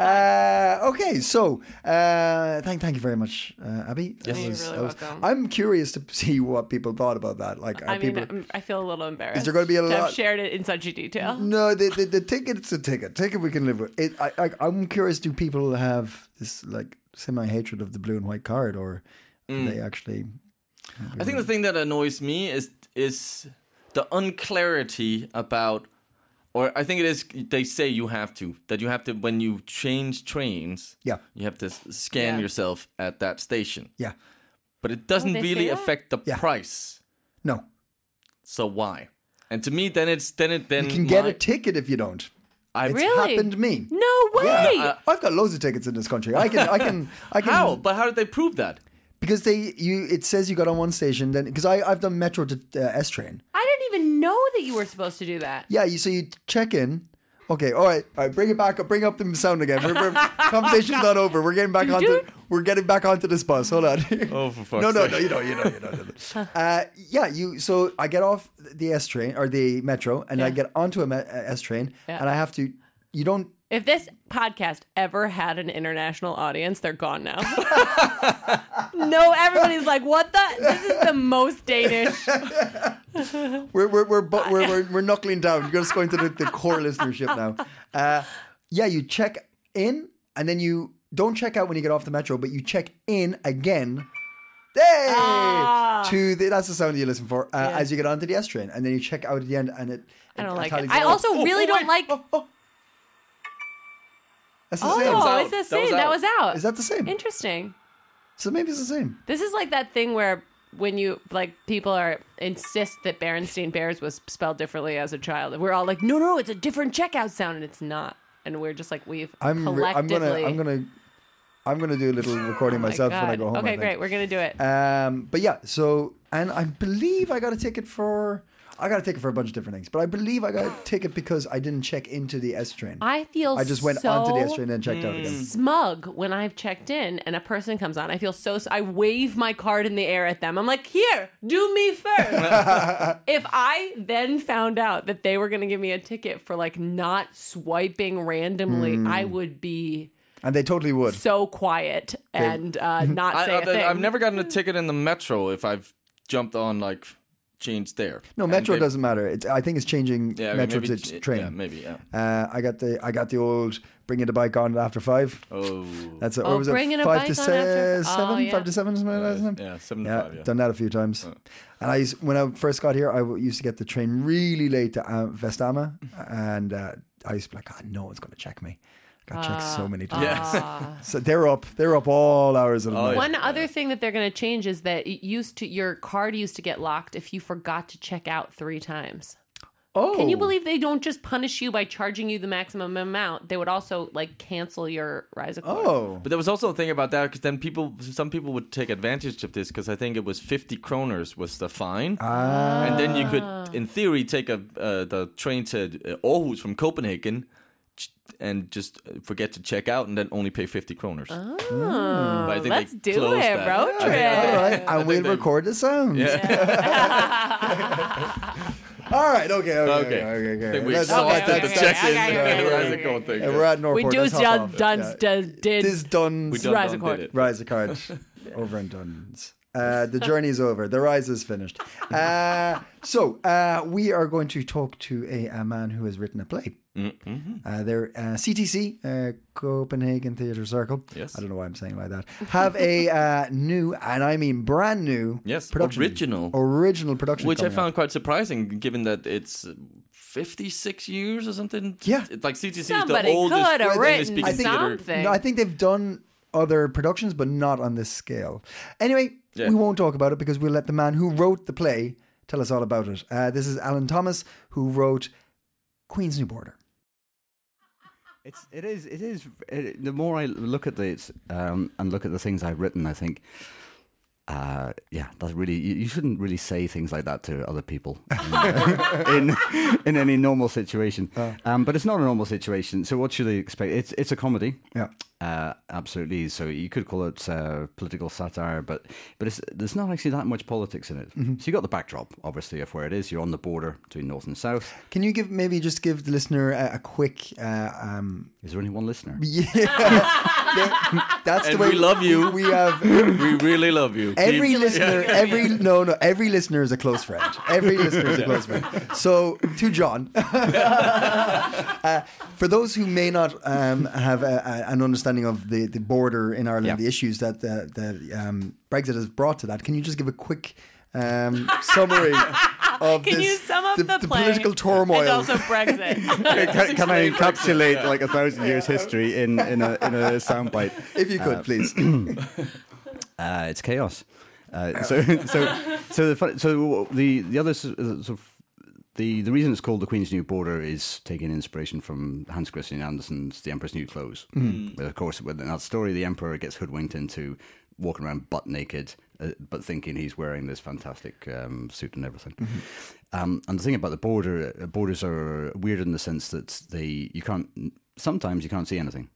B: uh, okay, so uh, thank thank you very much, uh, Abby. That
D: You're
B: was-
D: really
B: that was-
D: welcome.
B: I'm curious to see what people thought about that. Like, are
D: I mean,
B: people.
D: I'm- I feel a little embarrassed.
B: gonna be a
D: to
B: lot-
D: have shared it in such detail?
B: no, the, the the ticket's a ticket. Ticket we can live with. It, I, I I'm curious. Do people have this like semi hatred of the blue and white card, or
C: Mm.
B: are they actually?
C: I think the thing that annoys me is is the unclarity about, or I think it is they say you have to that you have to when you change trains.
B: Yeah.
C: you have to s- scan
D: Yeah.
C: yourself at that station,
B: Yeah.
C: but it doesn't
D: Oh, they
C: really
D: say that?
C: affect the
B: Yeah.
C: price.
B: No,
C: So why? And to me, then it's then it then
B: you can get
C: Mm, my-
B: a ticket if you don't.
C: I-
B: It's
D: Really?
B: happened to me.
D: No way!
B: I've got loads of tickets in this country. I can, I can, I can.
C: How? But how did they prove that?
B: Because they, you, it says you got on one station. Then because I, I've done metro to uh, S train.
D: I didn't even know that you were supposed to do that.
B: Yeah, you so you check in. Okay, all right, all right. Bring it back up. Bring up the sound again. We're, we're, conversation's not over. We're getting back onto.
D: Dude.
B: We're getting back onto this bus. Hold on.
C: Oh, for fuck's
B: no, no,
C: sake.
B: no. You know, you know, you know. You know. uh, yeah, you. So I get off the S train or the metro, and I
D: Yeah.
B: get onto a me- a S train,
D: Yeah.
B: and I have to. You don't
D: If this podcast ever had an international audience, they're gone now. no, everybody's like, what the? This is the most Danish.
B: We're we're we're
D: Uh,
B: bu- we're, we're, we're knuckling down. You're just going to the, the core listenership now. Uh, yeah, you check in and then you don't check out when you get off the metro, but you check in again. Hey,
D: Ah.
B: to the, that's the sound that you listen for uh, as you get onto the S train, and then you check out at the end, and it. "Oh,
D: I don't like
B: tallies
D: it. I
B: up.
D: also really don't like.
B: oh, That's the same.
D: oh,
C: out.
D: it's the
C: That was
D: same. That was out.
B: Is that the same?
D: Interesting.
B: so maybe it's the same.
D: This is like that thing where when you like people are insist that Berenstain Bears was spelled differently as a child. We're all like, no, no, it's a different checkout sound, and it's not. And we're just like, we've
B: I'm re- I'm
D: collectively.
B: gonna I'm gonna I'm gonna do a little recording
D: Oh my
B: myself when I
D: God.
B: go home. I
D: Okay,
B: think.
D: great. We're gonna do it.
B: Um, but yeah, so and I believe I got a ticket for I got a ticket for a bunch of different things, but I believe I got a ticket because I didn't check into the S train.
D: I feel
B: I just went
D: so Mm.
B: onto the S train and checked out again.
D: smug when I've checked in and a person comes on. I feel so. I wave my card in the air at them. I'm like, here, do me first. if I then found out that they were going to give me a ticket for like not swiping randomly,
B: Hmm.
D: I would be
B: And they totally would.
D: so quiet and uh, not
C: I,
D: say a thing.
C: have never gotten a ticket in the metro if I've jumped on like changed there.
B: No,
C: And
B: Metro
C: they-
B: doesn't matter. It's, I think it's changing
C: Yeah, okay,
B: Metro
C: maybe,
B: to
C: yeah,
B: train.
C: Yeah, maybe. Yeah.
B: Uh, I got the I got the old bringing the bike on after five.
C: Oh.
B: That's it.
D: Oh,
B: or was it
D: bringing a
B: five
D: bike
B: to
D: on
B: se-
D: after- oh,
B: seven?
D: yeah.
B: Five to seven is my last name.
C: yeah, seven to
B: yeah,
C: five, yeah.
B: done that a few times. And I used, when I first got here, I w- used to get the train really late to uh, Vestama, and uh, I used to be like, God, no one's going to check me. Got checked so
D: Ah.
B: many times. so they're up. They're up all hours
C: Oh,
B: of the night.
D: One other thing that they're going to change is that it used to your card used to get locked if you forgot to check out three times.
C: Oh,
D: Can you believe they don't just punish you by charging you the maximum amount? They would also like cancel your rise accord.
B: Oh,
C: But there was also a thing about that because then people, some people would take advantage of this because I think it was 50 kroners was the fine,
B: Ah.
C: and then you could, in theory, take a uh, the train to uh, Aarhus from Copenhagen, ch- and just uh, forget to check out, and then only pay 50 kroners.
D: Oh.
C: But I think they
D: Let's do it,
C: closed that.
D: road
C: Yeah, I
D: trip.
C: think- I
B: all
C: think-
B: right.
C: I
B: I
C: think
B: will
C: they-
B: record the sound. all right. Okay. Okay. Okay.
C: Okay.
B: Okay. okay.
C: I think we
B: Let's- let's-
C: exhausted
D: okay,
C: the
D: okay,
C: check-in.
D: okay, okay,
C: and the
D: okay,
C: rise
D: okay,
C: accord
D: okay.
C: thing.
B: And we're at
D: we
B: Northport.
D: do
B: Let's hop
D: done
B: off.
D: done
B: Yeah.
D: done did.
B: Tis done.
C: We done
D: Rise
C: done
D: accord.
C: did it.
B: Rise of Cards. over and done. Uh, the journey is over. The rise is finished. Uh, so uh, we are going to talk to a, a man who has written a play.
C: Mm-hmm.
B: Uh, their uh, CTC, uh, Copenhagen Theatre Circle.
C: Yes.
B: I don't know why I'm saying it like that. Have a uh, new, and I mean brand new,
C: Yes,
B: production,
C: original.
B: original production,
C: Which I
B: coming
C: found quite surprising, given that it's uh, 56 years or something.
B: Yeah.
C: It's like CTC is the
D: Somebody
C: oldest.
D: could have
C: English
D: written
C: speaking
B: I think-
C: theater.
D: something.
B: No, I think they've done other productions, but not on this scale. Anyway,
C: Yeah.
B: we won't talk about it because we'll let the man who wrote the play tell us all about it. Uh, this is Alan Thomas, who wrote Queen's New Border.
F: It's it is it is it, the more I look at this um, and look at the things I've written, I think, uh, yeah, that's really you, you shouldn't really say things like that to other people in in any normal situation. Um, but it's not a normal situation, so what should they expect? It's it's a comedy.
B: Yeah.
F: Uh, absolutely. So you could call it uh, political satire, but but it's, there's not actually that much politics in it. So you got the backdrop, obviously, of where it is. You're on the border between north and south.
B: Can you give maybe just give the listener a, a quick? Uh, um,
F: Is there only one listener?
B: that's the
C: And
B: way
C: we love you.
B: We have
C: we really love you.
B: every
C: Keep-
B: listener. Every no, no. Every listener is a close friend. Every listener is a close friend. So to John. Uh, For those who may not um, have a, a, an understanding of the, the border in Ireland,
F: Yeah.
B: the issues that that, that um, Brexit has brought to that, can you just give a quick um, summary of
D: Can
B: this,
D: you sum up the, play
B: political turmoil?
D: and also Brexit?
F: can, can- can I encapsulate like a thousand years history in in a in a soundbite?
B: if you could, please.
F: Uh, it's chaos. Uh, so so so the fun- so the the other s- uh, sort of the, the reason it's called the Queen's New Border is taking inspiration from Hans Christian Andersen's The Emperor's New Clothes. But of course, within that story, the Emperor gets hoodwinked into walking around butt naked, uh, but thinking he's wearing this fantastic um, suit and everything. Um, and the thing about the border, uh, borders are weird in the sense that they you can't sometimes you can't see anything.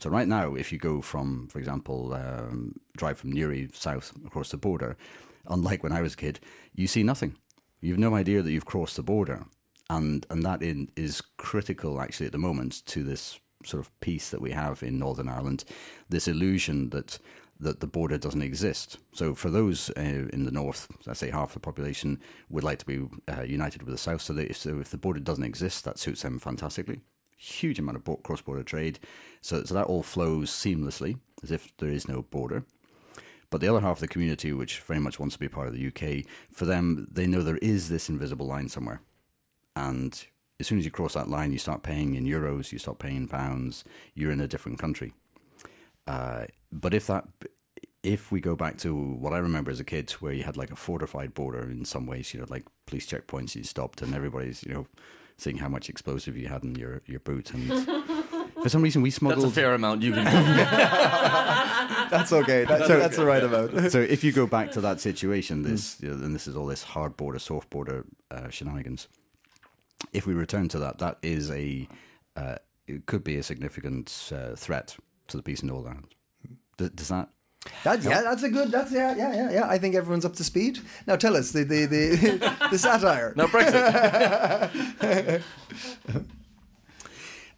F: So right now, if you go from, for example, um, drive from Newry south across the border, unlike when I was a kid, you see nothing. You've no idea that you've crossed the border, and and that in, is critical actually at the moment to this sort of peace that we have in Northern Ireland, this illusion that that the border doesn't exist. So for those uh, in the north, I say half the population would like to be uh, united with the south. So, that if, so if the border doesn't exist, that suits them fantastically. Huge amount of bo- cross-border trade, so so that all flows seamlessly as if there is no border. But the other half of the community, which very much wants to be part of the UK, for them, they know there is this invisible line somewhere. And as soon as you cross that line, you start paying in euros, you start paying in pounds, you're in a different country. Uh, but if that, if we go back to what I remember as a kid, where you had like a fortified border in some ways, you know, like police checkpoints, you stopped and everybody's, you know, seeing how much explosive you had in your, your boot. And for some reason, we
C: That's a
F: smuggled.
C: fair amount you can.
B: That's okay. That, that's the right amount. Hmm.
F: so if you go back to that situation, this you know, then this is all this hard border, soft border uh, shenanigans. If we return to that, that is a uh, it could be a significant uh, threat to the peace in Northern Ireland. Does, does that?
B: That, yeah, that's a good. That's yeah, yeah, yeah, yeah. I think everyone's up to speed now. Tell us the the the, the satire.
C: Now Brexit.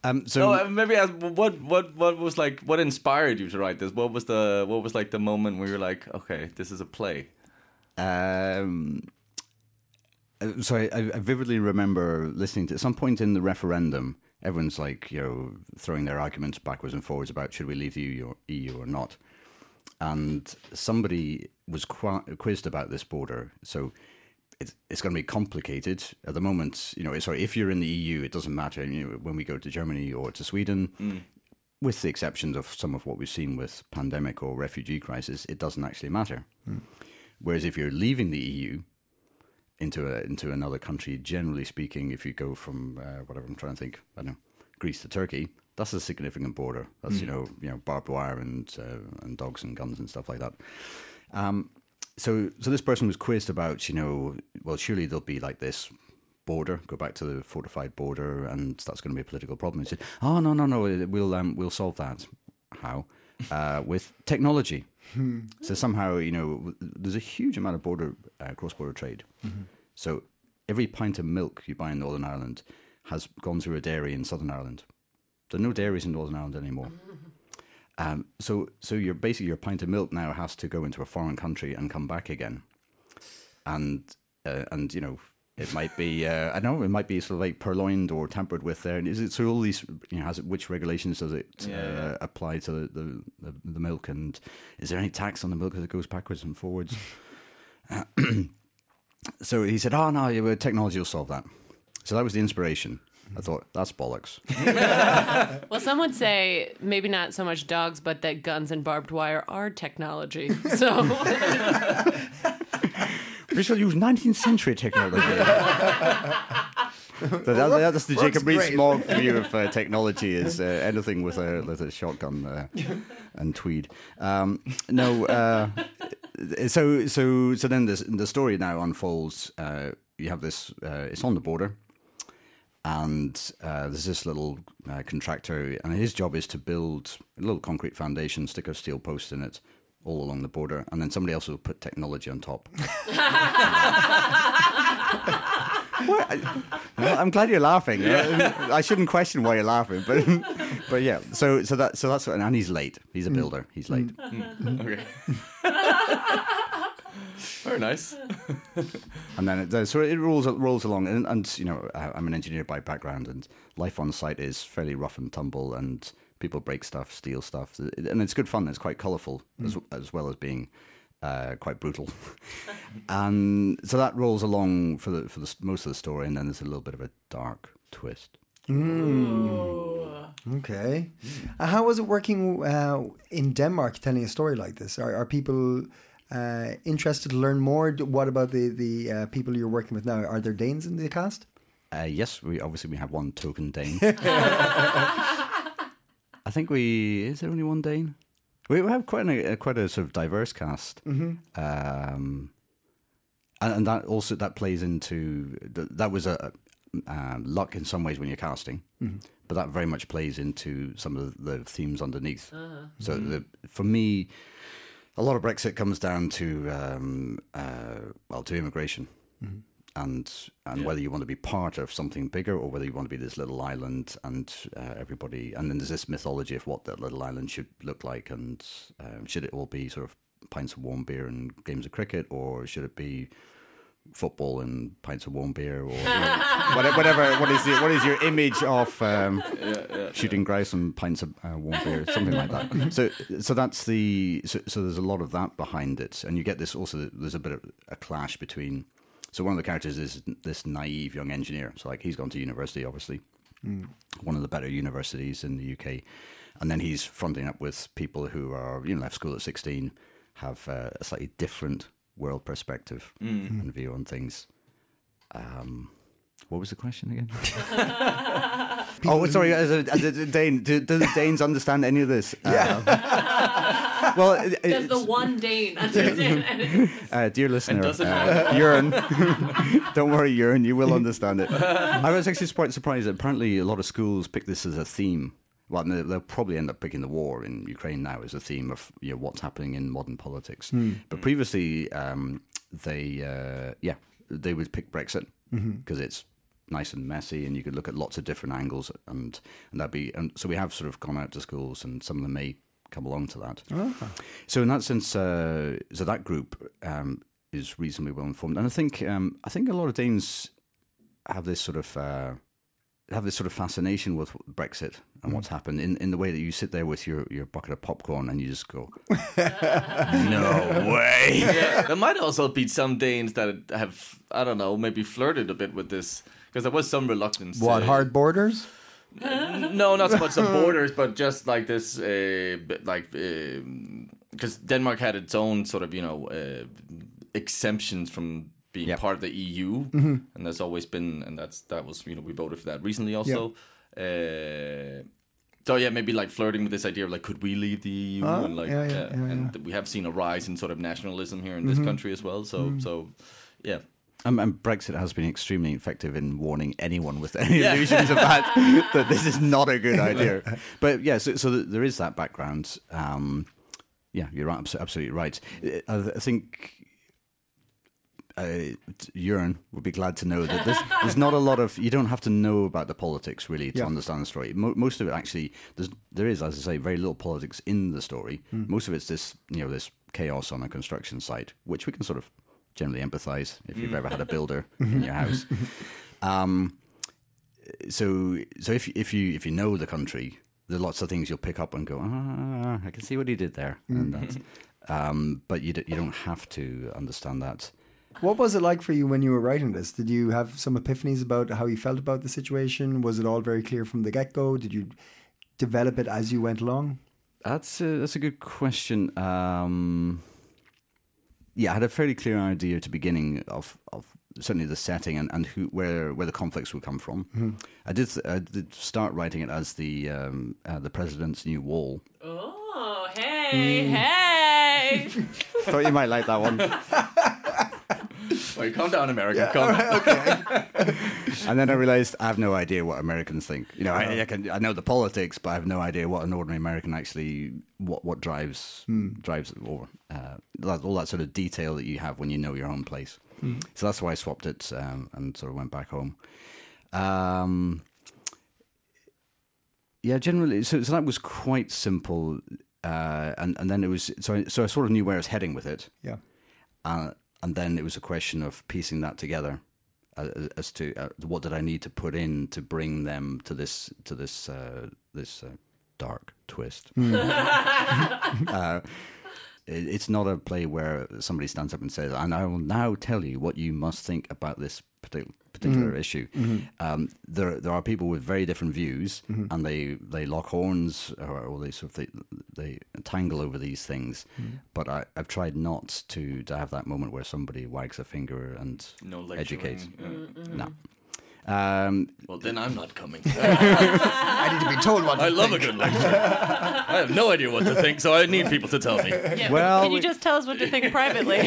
F: Um, so
C: No, uh, maybe ask what what what was like what inspired you to write this? What was the what was like the moment where you're like, okay, this is a play.
F: Um, uh, so I, I vividly remember listening to at some point in the referendum, everyone's like, you know, throwing their arguments backwards and forwards about should we leave the EU or, EU or not. And somebody was qua- quizzed about this border. So it's, it's going to be complicated at the moment. You know, sorry, if you're in the EU, it doesn't matter. You know, when we go to Germany or to Sweden, with the exceptions of some of what we've seen with pandemic or refugee crisis, it doesn't actually matter. Whereas if you're leaving the EU, E into a, into another country. Generally speaking, if you go from uh, whatever I'm trying to think, I don't know, Greece to Turkey, that's a significant border. That's you know you know barbed wire and uh, and dogs and guns and stuff like that. Um, so so this person was quizzed about you know well surely there'll be like this border go back to the fortified border and that's going to be a political problem. He said, oh no no no we'll um, we'll solve that. How? Uh, with technology. So somehow, you know, w- there's a huge amount of border uh, cross-border trade. So every pint of milk you buy in Northern Ireland has gone through a dairy in Southern Ireland. There are no dairies in Northern Ireland anymore. Um, so, so your basically your pint of milk now has to go into a foreign country and come back again, and uh, and you know it might be uh, I don't know it might be sort of like purloined or tampered with there. And is it so all these you know has it, which regulations does it uh,
C: yeah.
F: apply to the, the, the the milk and is there any tax on the milk as it goes backwards and forwards? so he said, "Oh no, yeah, well, technology will solve that." So that was the inspiration.
C: Mm-hmm.
F: I thought that's bollocks.
D: Well, some would say maybe not so much dogs, but that guns and barbed wire are technology. So
F: We shall use 19th century technology. so that, that's the
B: Works
F: Jacob Rees
B: great.
F: Mogg view of uh, technology is uh, anything with a with a shotgun uh, and tweed. Um, no, uh, so so so then this, the story now unfolds. Uh, you have this. Uh, it's on the border, and uh, there's this little uh, contractor, and his job is to build a little concrete foundation, stick a steel post in it. All along the border, and then somebody else will put technology on top. Well, I, am glad you're laughing. Uh, I shouldn't question why you're laughing, but but yeah. So so that so that's what, and he's late. He's a builder. He's late. Mm.
C: Okay. Very nice.
F: And then it, so it rolls rolls along, and, and you know I- I'm an engineer by background, and life on site is fairly rough and tumble, and people break stuff, steal stuff, and it's good fun. It's quite colourful as as well as being uh, quite brutal. and so that rolls along for the for the, s- most of the story, and then there's a little bit of a dark twist.
B: Okay. Uh, how was it working uh, in Denmark telling a story like this? Are, are people uh, interested to learn more? D- What about the, the uh, people you're working with now? Are there Danes in the cast?
F: Uh, yes, we obviously we have one token Dane. I think we is there only one Dane? We we have quite a quite a sort of diverse cast, um, and, and that also that plays into th- that was a, um, luck in some ways when you're casting, but that very much plays into some of the, themes underneath. So the, for me, a lot of Brexit comes down to um, uh, well to immigration and and whether you want to be part of something bigger or whether you want to be this little island and uh, everybody and then there's this mythology of what that little island should look like and um, should it all be sort of pints of warm beer and games of cricket or should it be football and pints of warm beer or you know, whatever, whatever what is your, what is your image of um, shooting grouse and pints of uh, warm beer something like that so so that's the so, so there's a lot of that behind it and you get this also there's a bit of a clash between so one of the characters is this naive young engineer so like he's gone to university obviously one of the better universities in the UK. And then he's fronting up with people who are, you know, left school at 16, have uh, a slightly different world perspective and view on things. Um, what was the question again? oh, sorry. As a, as a Dane, do, do the Danes understand any of this? Yeah. well, it,
D: does the
F: it's-
D: one Dane understand?
F: uh, dear listener,
C: does it
F: uh, urine. Don't worry, urine. You will understand it. I was actually quite surprised. that Apparently, a lot of schools pick this as a theme. Well, they- they'll probably end up picking the war in Ukraine now as a theme of you know, what's happening in modern politics. But previously, um, they uh, yeah they would pick Brexit because it's nice and messy, and you could look at lots of different angles, and and that'd be and so we have sort of gone out to schools, and some of them may come along to that. So in that sense, uh, so that group um, is reasonably well informed, and I think um, I think a lot of Danes have this sort of uh, have this sort of fascination with Brexit and what's happened in, in the way that you sit there with your, your bucket of popcorn and you just go, no way.
C: Yeah, there might also be some Danes that have, I don't know, maybe flirted a bit with this because there was some reluctance.
B: What,
C: to-
B: hard borders?
C: No, not so much the borders, but just like this, uh, bit like um, because Denmark had its own sort of you know uh, exemptions from being
F: Yep.
C: part of the EU,
B: Mm-hmm.
C: and that's always been, and that's that was you know we voted for that recently also. Uh, so yeah, maybe like flirting with this idea of like could we leave the EU
B: Ah,
C: and like uh,
B: yeah, yeah, yeah,
C: and
B: yeah. Mm-hmm.
C: th- we have seen a rise in sort of nationalism here in this country as well. So so yeah.
F: Um, and Brexit has been extremely effective in warning anyone with any illusions of that that this is not a good idea. But yeah, so, so th- there is that background. Um, yeah, you're right, abso- absolutely right. Uh, I, I think uh, Urine would be glad to know that this, there's not a lot of. You don't have to know about the politics really to
B: Yeah.
F: understand the story. Mo- most of it actually, there's, there is, as I say, very little politics in the story. Most of it's this, you know, this chaos on a construction site, which we can sort of generally empathise if you've ever had a builder in your house. Um, so, so if if you if you know the country, there are lots of things you'll pick up and go, ah, I can see what he did there, and that's. Um, but you d- you don't have to understand that.
B: What was it like for you when you were writing this? Did you have some epiphanies about how you felt about the situation? Was it all very clear from the get go? Did you develop it as you went along?
F: That's a, that's a good question. Um, yeah, I had a fairly clear idea to beginning of, of certainly the setting and, and who where where the conflicts would come from. I did I did start writing it as the um, uh, the president's new wall.
D: Oh, hey, hey.
F: Thought you might like that one.
C: Wait, calm down, America. calm down.
F: And then I realized I have no idea what Americans think. You know, I, I can I know the politics, but I have no idea what an ordinary American actually what what drives drives or uh, that, all that sort of detail that you have when you know your own place. So that's why I swapped it um, and sort of went back home. Um, yeah, generally, so, so that was quite simple, uh, and and then it was so I, so I sort of knew where I was heading with it
B: Yeah.
F: uh, and then it was a question of piecing that together uh, as to uh, what did I need to put in to bring them to this to this uh, this uh, dark twist. uh, it- it's not a play where somebody stands up and says, "And I will now tell you what you must think about this particular." Particular issue. Um, there, there are people with very different views, and they, they lock horns or, or they sort of they, they tangle over these things. But I, I've tried not to to have that moment where somebody wags a finger and
C: No lecturing.
F: educates.
C: Yeah.
F: No.
B: Mm-hmm.
F: Um,
C: Well, then I'm not coming.
B: I need to be told what
C: I love a good lecture. I have no idea what to think, so I need people to tell me.
D: Yeah,
F: Well,
D: can you
F: we-
D: just tell us what to think privately?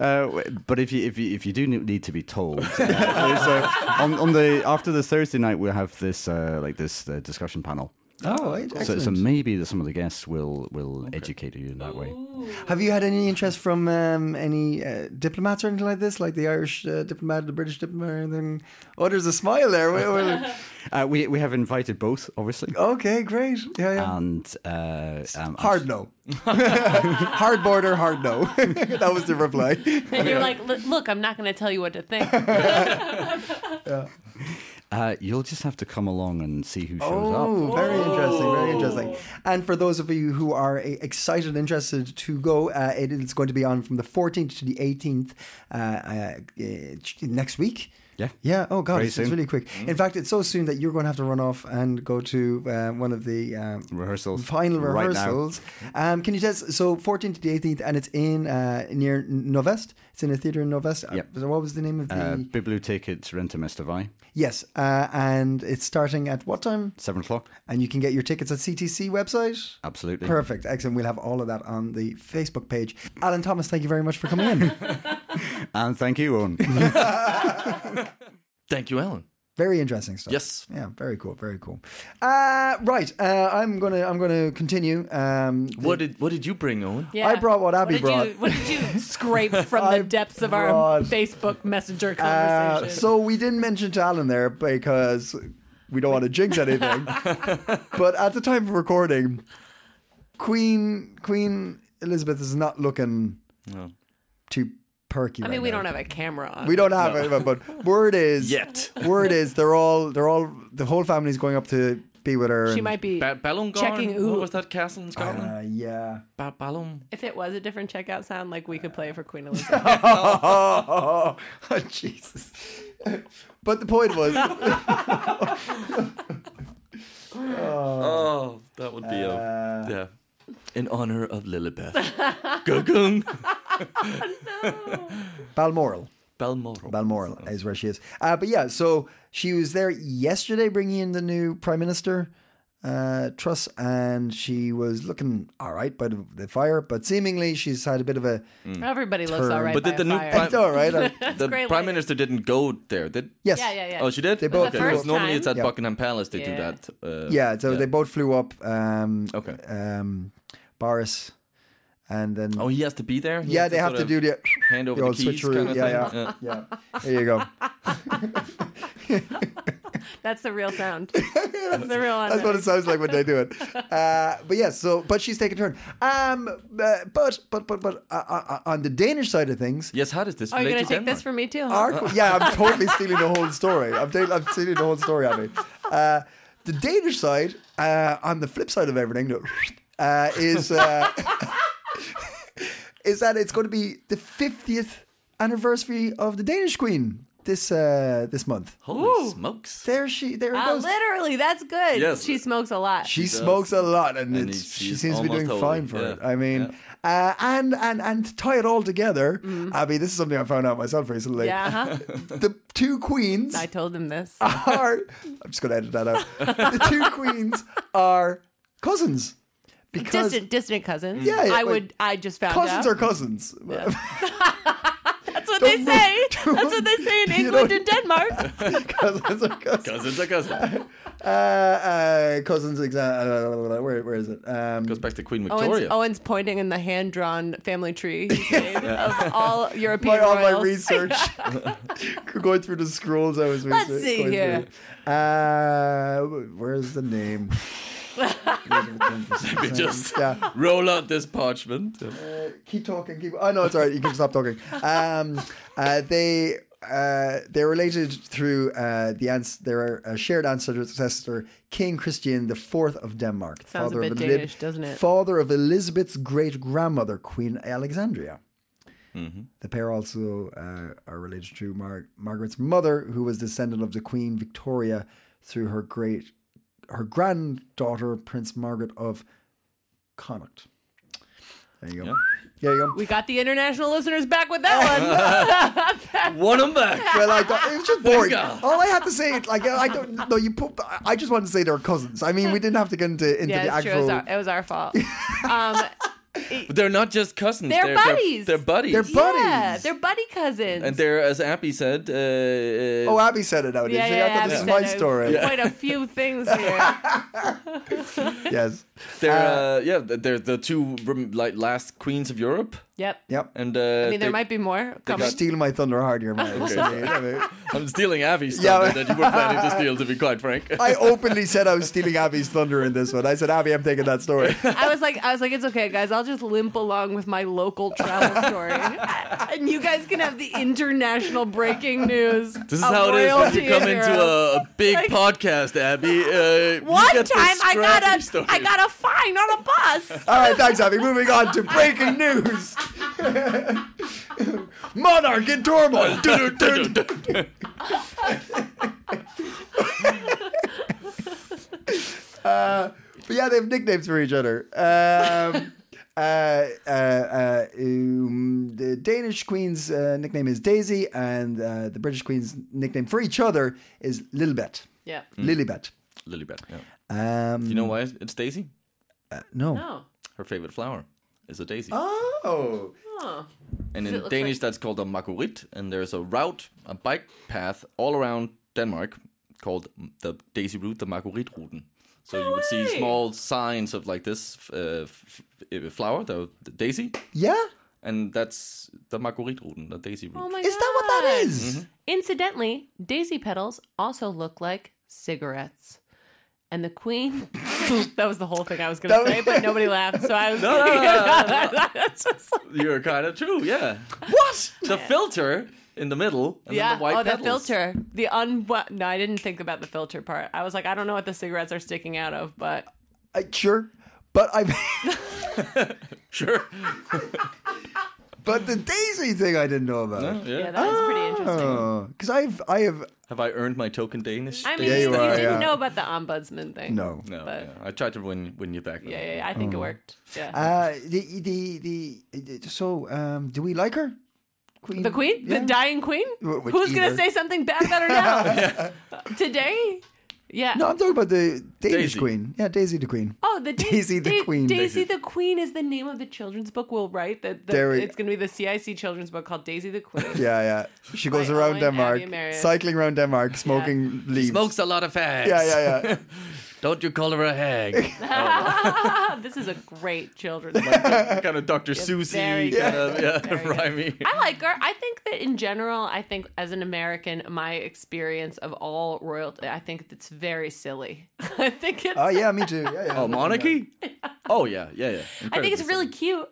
F: uh, w- but if you if you if you do ne- need to be told, uh, there's, uh, on, on the after the Thursday night we'll have this uh, like this uh, discussion panel.
B: Oh, right.
F: So,
B: excellent.
F: so maybe that some of the guests will will educate you in that way.
B: Have you had any interest from um, any uh, diplomats or anything like this, like the Irish uh, diplomat, the British diplomat, or anything? Oh, there's a smile there. Well, well,
F: Uh, we we have invited both, obviously,
B: okay, great. Yeah, Oh, yeah.
F: and uh, um,
B: hard no. hard border, hard no. that was the reply.
D: and you're like, "Look- look, I'm not going to tell you what to think.
F: uh, you'll just have to come along and see who shows
B: Oh,
F: up.
B: very interesting, very interesting. And for those of you who are uh, excited and interested to go, uh, it is going to be on from the 14th to the 18th uh, uh, uh, next week.
F: Yeah.
B: Yeah. Oh, God.
F: Very
B: It's, it's
F: soon. Mm.
B: really quick. In fact, it's so soon that you're going to have to run off and go to uh, one of the um,
F: Rehearsals
B: Final
F: right now. Uh,
B: rehearsals. um, can you tell us? So, 14th to the 18th, and it's in uh, near Novest. It's in a theatre in Novest. Uh,
F: Yep.
B: so what was the name of the.
F: Uh, Bibliothek at Rentamestevai,
B: yes. Uh, and it's starting at what time?
F: seven o'clock.
B: And you can get your tickets at CTC website.
F: Absolutely.
B: Perfect. Excellent. We'll have all of that on the Facebook page. Alan Thomas, thank you very much for coming in.
F: And thank you, Owen.
C: Thank you, Alan.
B: very interesting stuff.
C: Yes.
B: Yeah, very cool, very cool. Uh, right, uh, I'm gonna I'm gonna continue. Um, the-
C: What did what did you bring, Owen?
D: Yeah.
B: I brought what Abby
D: did
B: brought.
D: You, what did you scrape from
B: I
D: the depths of our
B: brought-
D: Facebook Messenger
B: Uh,
D: conversation?
B: so we didn't mention to Alan there because we don't want to jinx anything. but at the time of recording, Queen Queen Elizabeth is not looking too perky.
D: I mean, we don't have a camera on.
B: We don't have it, but word is
C: Yet.
B: Word is they're all they're all the whole family's going up to be with her.
D: She
B: and-
D: might be.
C: Ba- Ballon
D: Checking who-
C: What was that castle in Scotland?
B: Uh, yeah.
C: ba- Ballon.
D: if it was a different checkout sound, like we could play it for Queen Elizabeth.
B: Oh, Jesus. But the point was,
C: Oh, Uh, that would be a yeah. In honor of Lilibeth. Gugung.
B: Balmoral.
C: Balmoral.
B: Balmoral is where she is. Uh, but yeah, so she was there yesterday bringing in the new prime minister, uh, Truss, and she was looking all right by the, the fire, but seemingly she's had a bit of a.
D: Everybody looks
B: Turn.
D: all right.
C: But
D: by
C: did the
D: a
C: new
D: fire.
C: prime-
B: It's all right. I-
C: the prime
D: great lighting.
C: minister didn't go there. Did
B: yes.
D: Yeah, yeah, yeah.
C: Oh, she did.
B: They both
C: okay.
B: flew
C: because
B: up.
C: normally it's at
B: Yeah.
C: Buckingham Palace they
D: Yeah.
C: do that. Uh,
B: Yeah, so they both flew up. Um,
C: Okay.
B: Um, Boris, and then
C: Oh, he has to be there. He
B: yeah,
C: has
B: they have
C: sort
B: to
C: of
B: do the
C: hand over
B: the
C: the,
B: old
C: keys.
B: switcheroo.
C: Kind of
B: yeah,
C: thing. Uh,
B: yeah, yeah, There you go.
D: That's the real sound. That's the real.
B: That's what it sounds like when they do it. Uh, but yeah, so but she's taking turn. Um, uh, but but but but uh, uh, on the Danish side of things,
C: Yes, how does this?
D: Are you
C: relate
D: Oh, gonna
C: to
D: take this
C: Denmark?
D: for me too? huh?
B: our qu- yeah, I'm totally stealing the whole story. I'm, ta- I'm stealing the whole story on me. Uh, the Danish side, uh, on the flip side of everything, no, uh, is uh, is that it's going to be the 50th anniversary of the Danish Queen this uh, this month.
C: Holy smokes!
B: There she, there it
D: Uh,
B: goes.
D: literally, that's good.
C: Yes.
D: She smokes a lot.
B: She
C: does.
B: smokes a lot, and,
C: And
B: it's,
C: it-
B: she
C: she's
B: seems to be doing
C: almost
B: fine
C: totally,
B: for it.
C: yeah,
B: I mean, uh, and and and to tie it all together, Abby, this is something I found out myself recently.
D: Mm-hmm. yeah, uh-huh. huh?
B: The two queens
D: I told him this.
B: are. I'm just going to edit that out. The two queens are cousins because
D: Distant, distant cousins.
B: Yeah, yeah,
D: I
B: like-
D: would. I just found
B: cousins
D: out.
B: are cousins.
D: that's what they
B: don't
D: say.
B: move- don't
D: That's what they say in
B: You
D: England
B: don't-
D: and Denmark.
B: cousins are cousins.
C: Cousins are cousins.
B: Uh, uh, cousins. Exa- uh, where where is it? Um,
C: Goes back to Queen
D: Owen's,
C: Victoria.
D: Owen's pointing in the hand-drawn family tree he's made of all European
B: my, all my
D: royals.
B: research, going through the scrolls I was
D: Let's
B: research-
D: see
B: going
D: here.
B: through. Uh, where's the name?
C: We just
B: yeah.
C: roll out this parchment.
B: Keep talking. Keep. Oh no, it's all right. You can stop talking. Um, uh, they uh, they're related through uh, the ans- their uh, shared ancestor, King Christian the Fourth of Denmark,
D: Sounds a bit
B: Elib-
D: Danish, doesn't it?
B: Father of Elizabeth's great grandmother, Queen Alexandria. The pair also uh, are related to Mar- Margaret's mother, who was descendant of the Queen Victoria through her great her granddaughter, Prince Margaret of Connacht. There you go. There you go.
D: We got the international listeners back with that one.
C: One them back.
B: Well, I don't- it was just boring.
C: Bingo.
B: All I had to say, like uh, I don't know, you put. I just wanted to say they're cousins. I mean, we didn't have to get into into the
D: yeah, it's true.
B: actual.
D: It was our, it was our fault. Um,
C: But they're not just cousins.
D: They're buddies.
C: They're, buddies.
B: They're bu- Buddies.
D: Yeah, they're buddy cousins.
C: and they're, as Appy said, uh, uh,
B: Oh, Abby said it now. didn't
D: yeah,
B: she?
D: yeah,
B: I thought
D: yeah,
B: this
D: I've
B: is my
D: said a-
B: story.
D: Quite a few things here.
B: Yes.
C: they're uh, yeah, they're the two rem- like last queens of Europe.
D: Yep.
B: Yep.
C: And uh,
D: I mean, there might be more coming.
B: Steal my thunder hard here, man.
C: I'm stealing Abby's
B: Yeah,
C: thunder
B: but-
C: that you were planning to steal. To be quite frank,
B: I openly said I was stealing Abby's thunder in this one. I said, Abby, I'm taking that story.
D: I was like, I was like, it's okay, guys. I'll just limp along with my local travel story, and you guys can have the international breaking news.
C: This is how it is when you come into a, a big
D: Like-
C: podcast, Abby. Uh, you
D: One
C: get the
D: time, I got
C: scrappy
D: a,
C: story.
D: I got a fine on a bus.
B: All right, thanks, Abby. Moving on to breaking news. Monarch in turmoil. Doo-doo-doo. uh, but yeah, they have nicknames for each other. Um, uh, uh, uh, um, the Danish queen's uh, nickname is Daisy, and uh, the British queen's nickname for each other is Lilibet.
D: Yeah.
B: Lilibet.
C: Lilybet. Yeah.
B: Um,
C: You know why it's it's Daisy?
B: no.
D: Oh.
C: Her favorite flower is a daisy,
B: Oh.
D: Oh.
C: and
D: it
C: in
D: look
C: Danish that's called a marguerite. And there's a route, a bike path all around Denmark called the Daisy route, the Marguerite Ruten. So you would see
D: way.
C: small signs of like this uh, f- f- flower, the, the daisy,
B: Yeah?
C: and that's the Marguerite Ruten, the Daisy route.
D: Oh my
B: Is that what that
D: God.
B: is?
C: Mm-hmm.
D: Incidentally, daisy petals also look like cigarettes. And the queen. that was the whole thing I was going
B: That
D: to
B: was-
D: say, but nobody laughed. So I was.
C: no, no,
D: It's just like-
C: You're kind of true, yeah.
B: What?
C: The filter in the middle, and
D: yeah.
C: then the white
D: oh, the
C: petals.
D: filter. The un. No, I didn't think about the filter part. I was like, I don't know what the cigarettes are sticking out of, but
B: Uh, I, sure, but I
C: Sure.
B: But the Daisy thing I didn't know about.
C: yeah.
D: Yeah, that is pretty
C: Oh.
D: interesting.
B: Because I've, I have,
C: Have I earned my token Danish?
D: I mean,
B: Yeah,
D: you,
B: you are,
D: didn't
B: yeah.
D: know about the ombudsman thing.
B: no. Oh.
C: no,
D: but-
C: yeah. I tried to win win you back.
D: Yeah, yeah, yeah I think it worked. Yeah.
B: Uh, the, the, the, the- so, um, do we like her? Queen?
D: the queen,
B: Yeah.
D: the dying queen.
B: Wh- which
D: Who's gonna
B: either-
D: say something bad about her now? Uh, Today? Yeah.
B: No, I'm talking about the Danish
C: Daisy.
B: queen. Yeah, Daisy the queen.
D: Oh, the Da-
B: Daisy the
D: Da-
B: Queen.
D: Daisy the Queen is the name of the children's book we'll write. That
B: There
D: the,
B: we-
D: it's going to be the CIC children's book called Daisy the Queen.
B: Yeah, yeah. She goes
D: By
B: around
D: Owen
B: Denmark,
D: Abbey Marius.
B: cycling around Denmark, smoking leaves.
C: Smokes a lot of fags.
B: Yeah, yeah, yeah.
C: Don't you call her a hag?
B: Oh.
D: this is a great children's book.
C: kind of Dr. Susie,
D: very
C: kind of
D: good.
C: yeah,
D: Very good.
C: rhymey.
D: I like her. I think that in general, I think as an American, my experience of all royalty, I think it's very silly. I think it's.
B: Oh yeah, me too. Yeah, yeah.
C: Oh, monarchy? Oh yeah, yeah, yeah.
D: I think it's
C: Incredibly
D: really cute.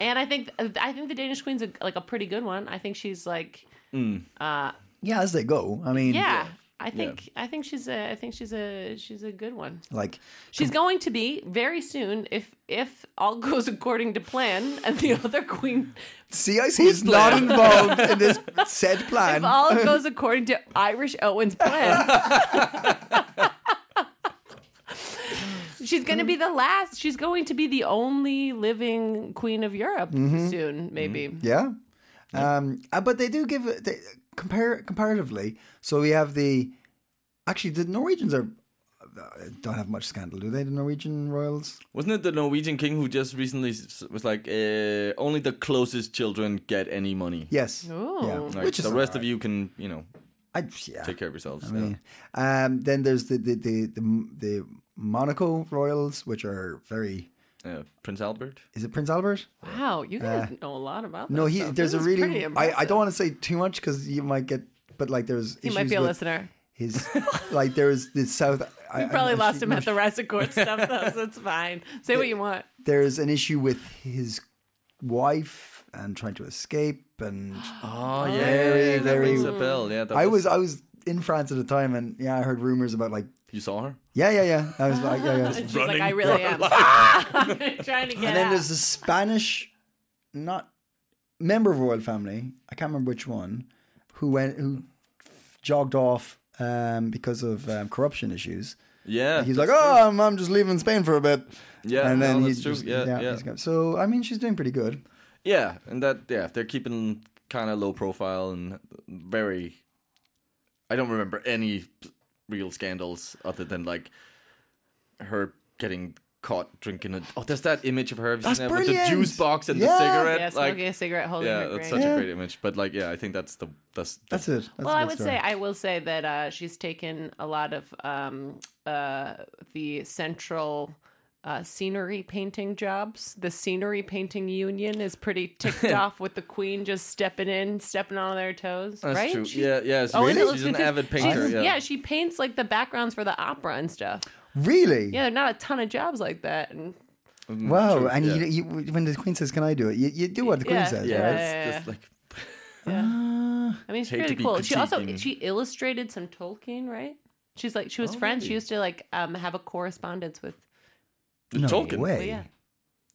D: And I think I think the Danish queen's a, like a pretty good one. I think she's like
B: Yeah, as they go. I mean,
D: yeah. I think I think she's a I think she's a she's a good one.
B: like
D: She's going to be very soon if if all goes according to plan and the other queen
B: CIC is not involved in this said
D: if
B: plan.
D: all goes according to Irish Owen's plan. She's going to be the last. She's going to be the only living queen of Europe
B: Mm-hmm.
D: soon, maybe.
B: yeah. Um, uh, but they do give they, compare comparatively. So we have the actually the Norwegians are uh, don't have much scandal, do they? The Norwegian royals.
C: Wasn't it the Norwegian king who just recently s- was like, uh, only the closest children get any money?
B: Yes. Yeah.
D: Ooh.
C: Like,
B: Which is
C: the rest of you can, you know,
B: I, yeah.
C: take care of yourselves.
B: I mean, um, then there's the the, the the the Monaco royals, which are very.
C: yeah. Uh, Prince Albert.
B: Is it Prince Albert?
D: Wow, you guys know a lot about
B: No,
D: this
B: he.
D: stuff.
B: There's
D: This
B: a
D: is pretty
B: really. I, I
D: impressive.
B: don't want to say too much because you might get. But like, there's.
D: He might
B: issues
D: be a
B: with
D: listener.
B: His like there is the South. I,
D: You probably
B: I-
D: lost
B: she-
D: him at the Razzle Court stuff, though, so it's fine. Say what you want.
B: There's an issue with his wife and trying to escape, and
C: Oh, yeah.
B: Very,
C: yeah, that
B: very-
C: rings a bell. Yeah, that
B: I was I was in France at the time, and yeah, I heard rumors about like
C: You saw her?
B: yeah yeah yeah. I was like yeah yeah.
D: She's like,
C: running
D: I
C: for
D: really
C: her
D: am. trying to get
B: And then
D: out.
B: there's a Spanish, not member of royal family. I can't remember which one, who went who jogged off um, because of um, corruption issues.
C: Yeah.
B: He's like, oh, I'm, I'm just leaving Spain for a bit.
C: Yeah,
B: and then
C: no,
B: he's
C: that's true.
B: Just,
C: Yeah, yeah.
B: he's got- so I mean, she's doing pretty good.
C: Yeah, and that yeah, they're keeping kind of low profile and very. I don't remember any real scandals other than like her getting caught drinking. A, oh, there's that image of her have you
B: That's
C: seen that, with the
B: brilliant.
C: juice box and the
B: Yeah.
C: cigarette.
D: yeah,
C: like,
D: smoking a cigarette, holding
C: yeah,
D: her
C: that's
D: grain.
C: such a
B: Yeah.
C: great image. But like, yeah, I think that's the that's the,
B: That's it. That's
D: Well,
B: a
D: I
B: good
D: would
B: story.
D: say I will say that uh, she's taken a lot of um, uh, the central uh, scenery painting jobs. The scenery painting union is pretty ticked off with the queen just stepping in, stepping on their toes.
C: That's
D: right?
C: true.
D: She's-
C: yeah, yeah. She's,
D: Oh, and it looks
C: she's an
D: fantastic.
C: avid
D: She's-
C: painter. yeah.
D: she paints like the backgrounds for the opera and stuff.
B: really,
D: Yeah, there are not a ton of jobs like that. And
B: wow.
C: Mm, true,
B: and
C: yeah.
B: You, you, when the queen says, "Can I do it?" You, you do what the queen
D: Yeah.
B: says.
C: yeah,
B: right?
C: it's
D: yeah,
C: just like
D: I mean, she's
C: Uh, Hate to
D: pretty
C: be
D: cool. She also
C: critiquing. Oh,
D: she illustrated some Tolkien, right? She's like she was French. She used to like um, have a correspondence with.
C: the
B: No
C: Tolkien.
B: way.
D: yeah.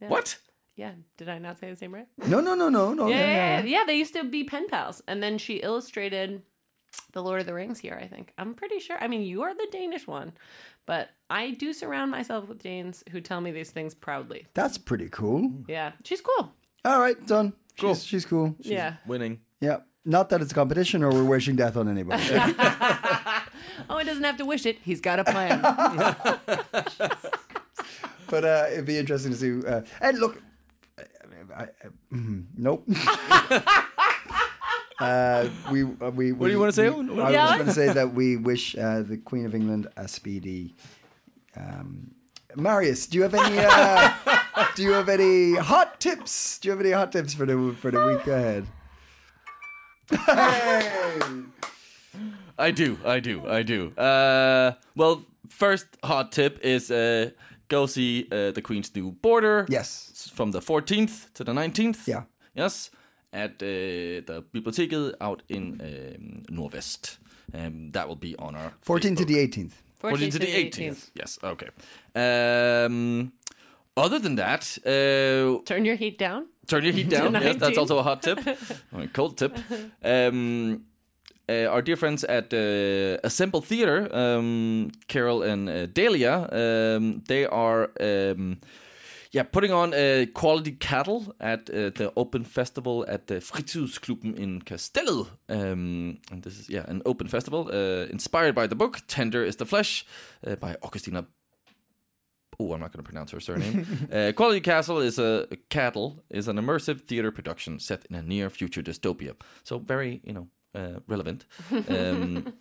D: Yeah.
C: What?
D: Yeah, did I not say his name right?
B: No, no, no, no, Oh, no.
D: Yeah,
B: no,
D: yeah, yeah,
B: no.
D: yeah. They used to be pen pals, and then she illustrated the Lord of the Rings here. I think I'm pretty sure. I mean, you are the Danish one, but I do surround myself with Danes who tell me these things proudly.
B: That's pretty cool.
D: Yeah, she's cool.
B: All right, done. Cool. She's, she's cool.
D: yeah.
C: Winning.
B: Yeah. Not that it's a competition or we're wishing death on anybody.
D: Oh, he doesn't have to wish it. He's got a plan.
B: but uh, it'd be interesting to see. Uh, and look, I, I, I- mhm, nope. uh, we, uh, we, What
C: do you wanna say, Owen?
B: I was
D: Yeah.
B: just going to say that we wish uh, the Queen of England a speedy. Um, Marius, do you have any? Uh, do you have any hot tips? Do you have any hot tips for the for the week ahead? Hey!
C: I do, I do, I do. Uh, well, first hot tip is uh, go see uh, the Queen's New Border.
B: Yes.
C: It's from the 14th to the 19th.
B: Yeah.
C: Yes, at uh, the biblioteket out in um, Norvest. Um, that will be on our
B: 14th to
C: Facebook.
B: the 18th.
C: 14th to the 18th. Yes, okay. Um, Other than that, uh,
D: Turn your heat down.
C: turn your heat down. yes, that's
D: 19.
C: also a hot tip, or a cold tip. Um, uh, our dear friends at uh, Assemble Theater, um, Carol and uh, Dahlia, um, they are. Um, yeah, putting on uh, quality cattle at uh, the open festival at the Fritzhusklubben in Castellet. Um, and this is, yeah, an open festival uh, inspired by the book Tender is the Flesh uh, by Augustina oh, I'm not going to pronounce her surname. uh, Quality Castle is a cattle is an immersive theater production set in a near future dystopia. So very, you know, uh, relevant. Um,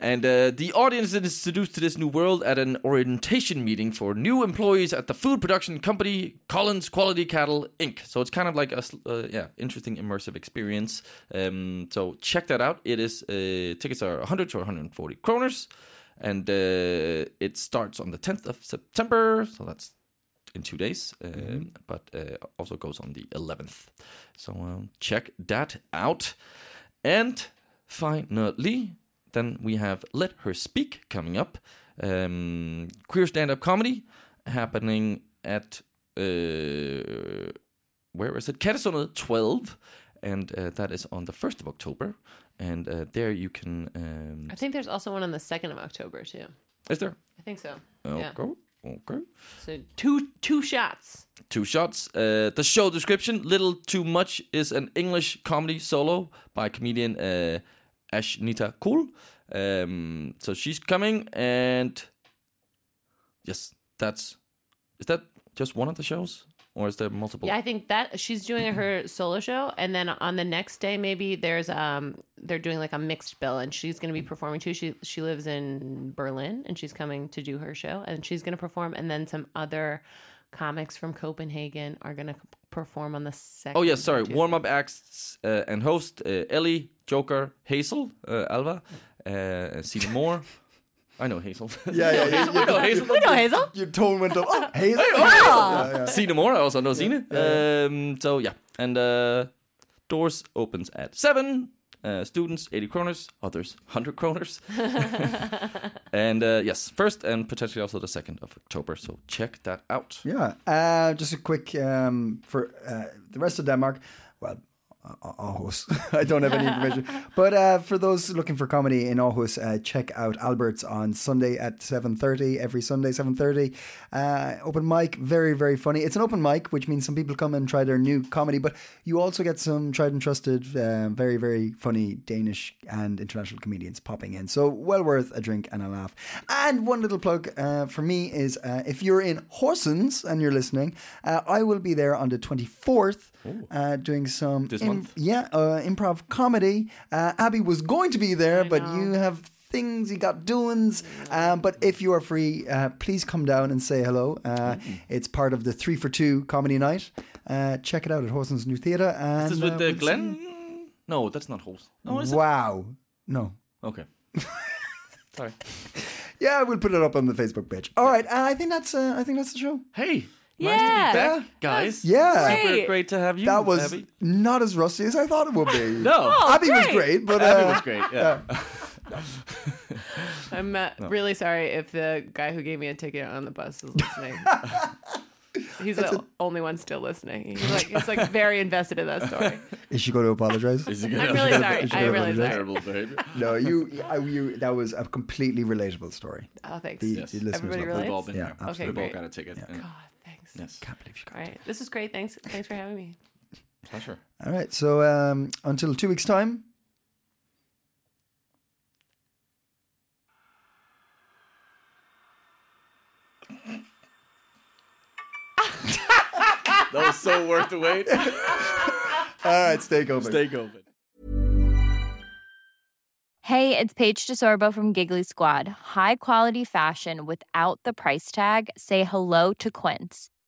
C: And uh, the audience is seduced to this new world at an orientation meeting for new employees at the food production company Collins Quality Cattle Inc. So it's kind of like a s- uh, yeah interesting immersive experience. Um, so check that out. It is uh, tickets are 100 to 140 kroners, and uh, it starts on the 10th of September. So that's in two days, um, but uh, also goes on the 11th. So um, check that out. And finally, then we have Let Her Speak coming up. Um, queer stand up comedy happening at, uh, where is it? Katasona 12. And uh, that is on the 1st of October. And uh, there you can. Um,
D: I think there's also one on the second of October too.
C: is there?
D: I think so.
C: Okay.
B: Oh,
D: Yeah.
C: Okay.
D: So two two shots.
C: two shots. Uh, the show description: "Little Too Much" is an English comedy solo by comedian uh, Ashnita Kool. Um, so she's coming, and yes, that's is that just one of the shows, or is there multiple?
D: Yeah, I think that she's doing her solo show, and then on the next day, maybe there's um they're doing like a mixed bill, and she's going to be performing too. She she lives in Berlin, and she's coming to do her show, and she's going to perform, and then some other comics from Copenhagen are going to perform on the second.
C: Oh yeah, sorry.
D: too.
C: Warm up acts uh, and host uh, Ellie, Joker, Hazel, uh, Alva, uh, Stephen Moore. I know Hazel.
B: Yeah, yeah, yeah.
C: I know Hazel.
D: We know Hazel.
B: Your tone went up. Oh, hey,
C: Cena Moore, I also know Cena. Um, so yeah, and uh, doors opens at seven. Uh, students 80 kroners, others 100 kroners. and uh, yes, first and potentially also the 2nd of October. So check that out.
B: Yeah. Uh, just a quick um, for uh, the rest of Denmark. Well, A- A- Aarhus. I don't have any information. but uh, for those looking for comedy in Aarhus, uh, check out Albert's on Sunday at 7.30, every Sunday, 7.30. Uh, open mic, very, very funny. It's an open mic, which means some people come and try their new comedy, but you also get some tried and trusted, uh, very, very funny Danish and international comedians popping in. So well worth a drink and a laugh. And one little plug uh, for me is uh, if you're in Horsens and you're listening, uh, I will be there on the 24th uh, doing some
C: This
B: im-
C: month?
B: Yeah, uh, improv comedy. Uh, Abby was going to be there, but you have things, you got doings. Um, but if you are free, uh, please come down and say hello. Uh, It's part of the three for two comedy night. Uh, check it out at Horson's New Theatre.
C: Is
B: And
C: this with
B: uh,
C: uh,
B: we'll see
C: Glenn? No, that's not Holes. No,
B: you.
C: is
B: Wow. No.
C: it? Okay. Sorry.
B: Yeah, we'll put it up on the Facebook page. All right, uh, I think that's uh, I think that's the show.
C: Hey, nice to
D: Yeah.
C: be back, guys.
B: Yeah,
D: Great.
C: Super great to have you.
B: that was
C: Abby.
B: not as rusty as I thought it would be.
C: No.
D: Oh,
B: Abby was
D: great.
B: great, but uh,
C: Abby was great. Yeah.
D: I'm uh, really sorry if the guy who gave me a ticket on the bus is listening. He's the only one still listening. He's like, he's like very invested in that story.
B: is she going to apologize?
D: I'm really sorry. I'm really sorry.
C: Terrible behavior.
B: no, you, I, you. That was a completely relatable story.
D: Oh, thanks.
B: The,
C: Yes.
B: the listeners
D: Everybody
B: loved it.
C: We've all been
B: Yeah,
C: there.
B: absolutely.
C: We've all
D: great.
C: got a ticket. and-
D: God, Ah, thanks.
C: Yes.
B: Can't believe you got
D: All right. This is great. Thanks. Thanks for having me.
C: Pleasure.
B: All right. So um, until two weeks' time.
C: That was so worth the wait.
B: All right. Stay open.
C: Stay COVID.
G: Hey, it's Paige DeSorbo from Giggly Squad. High quality fashion without the price tag. Say hello to Quince.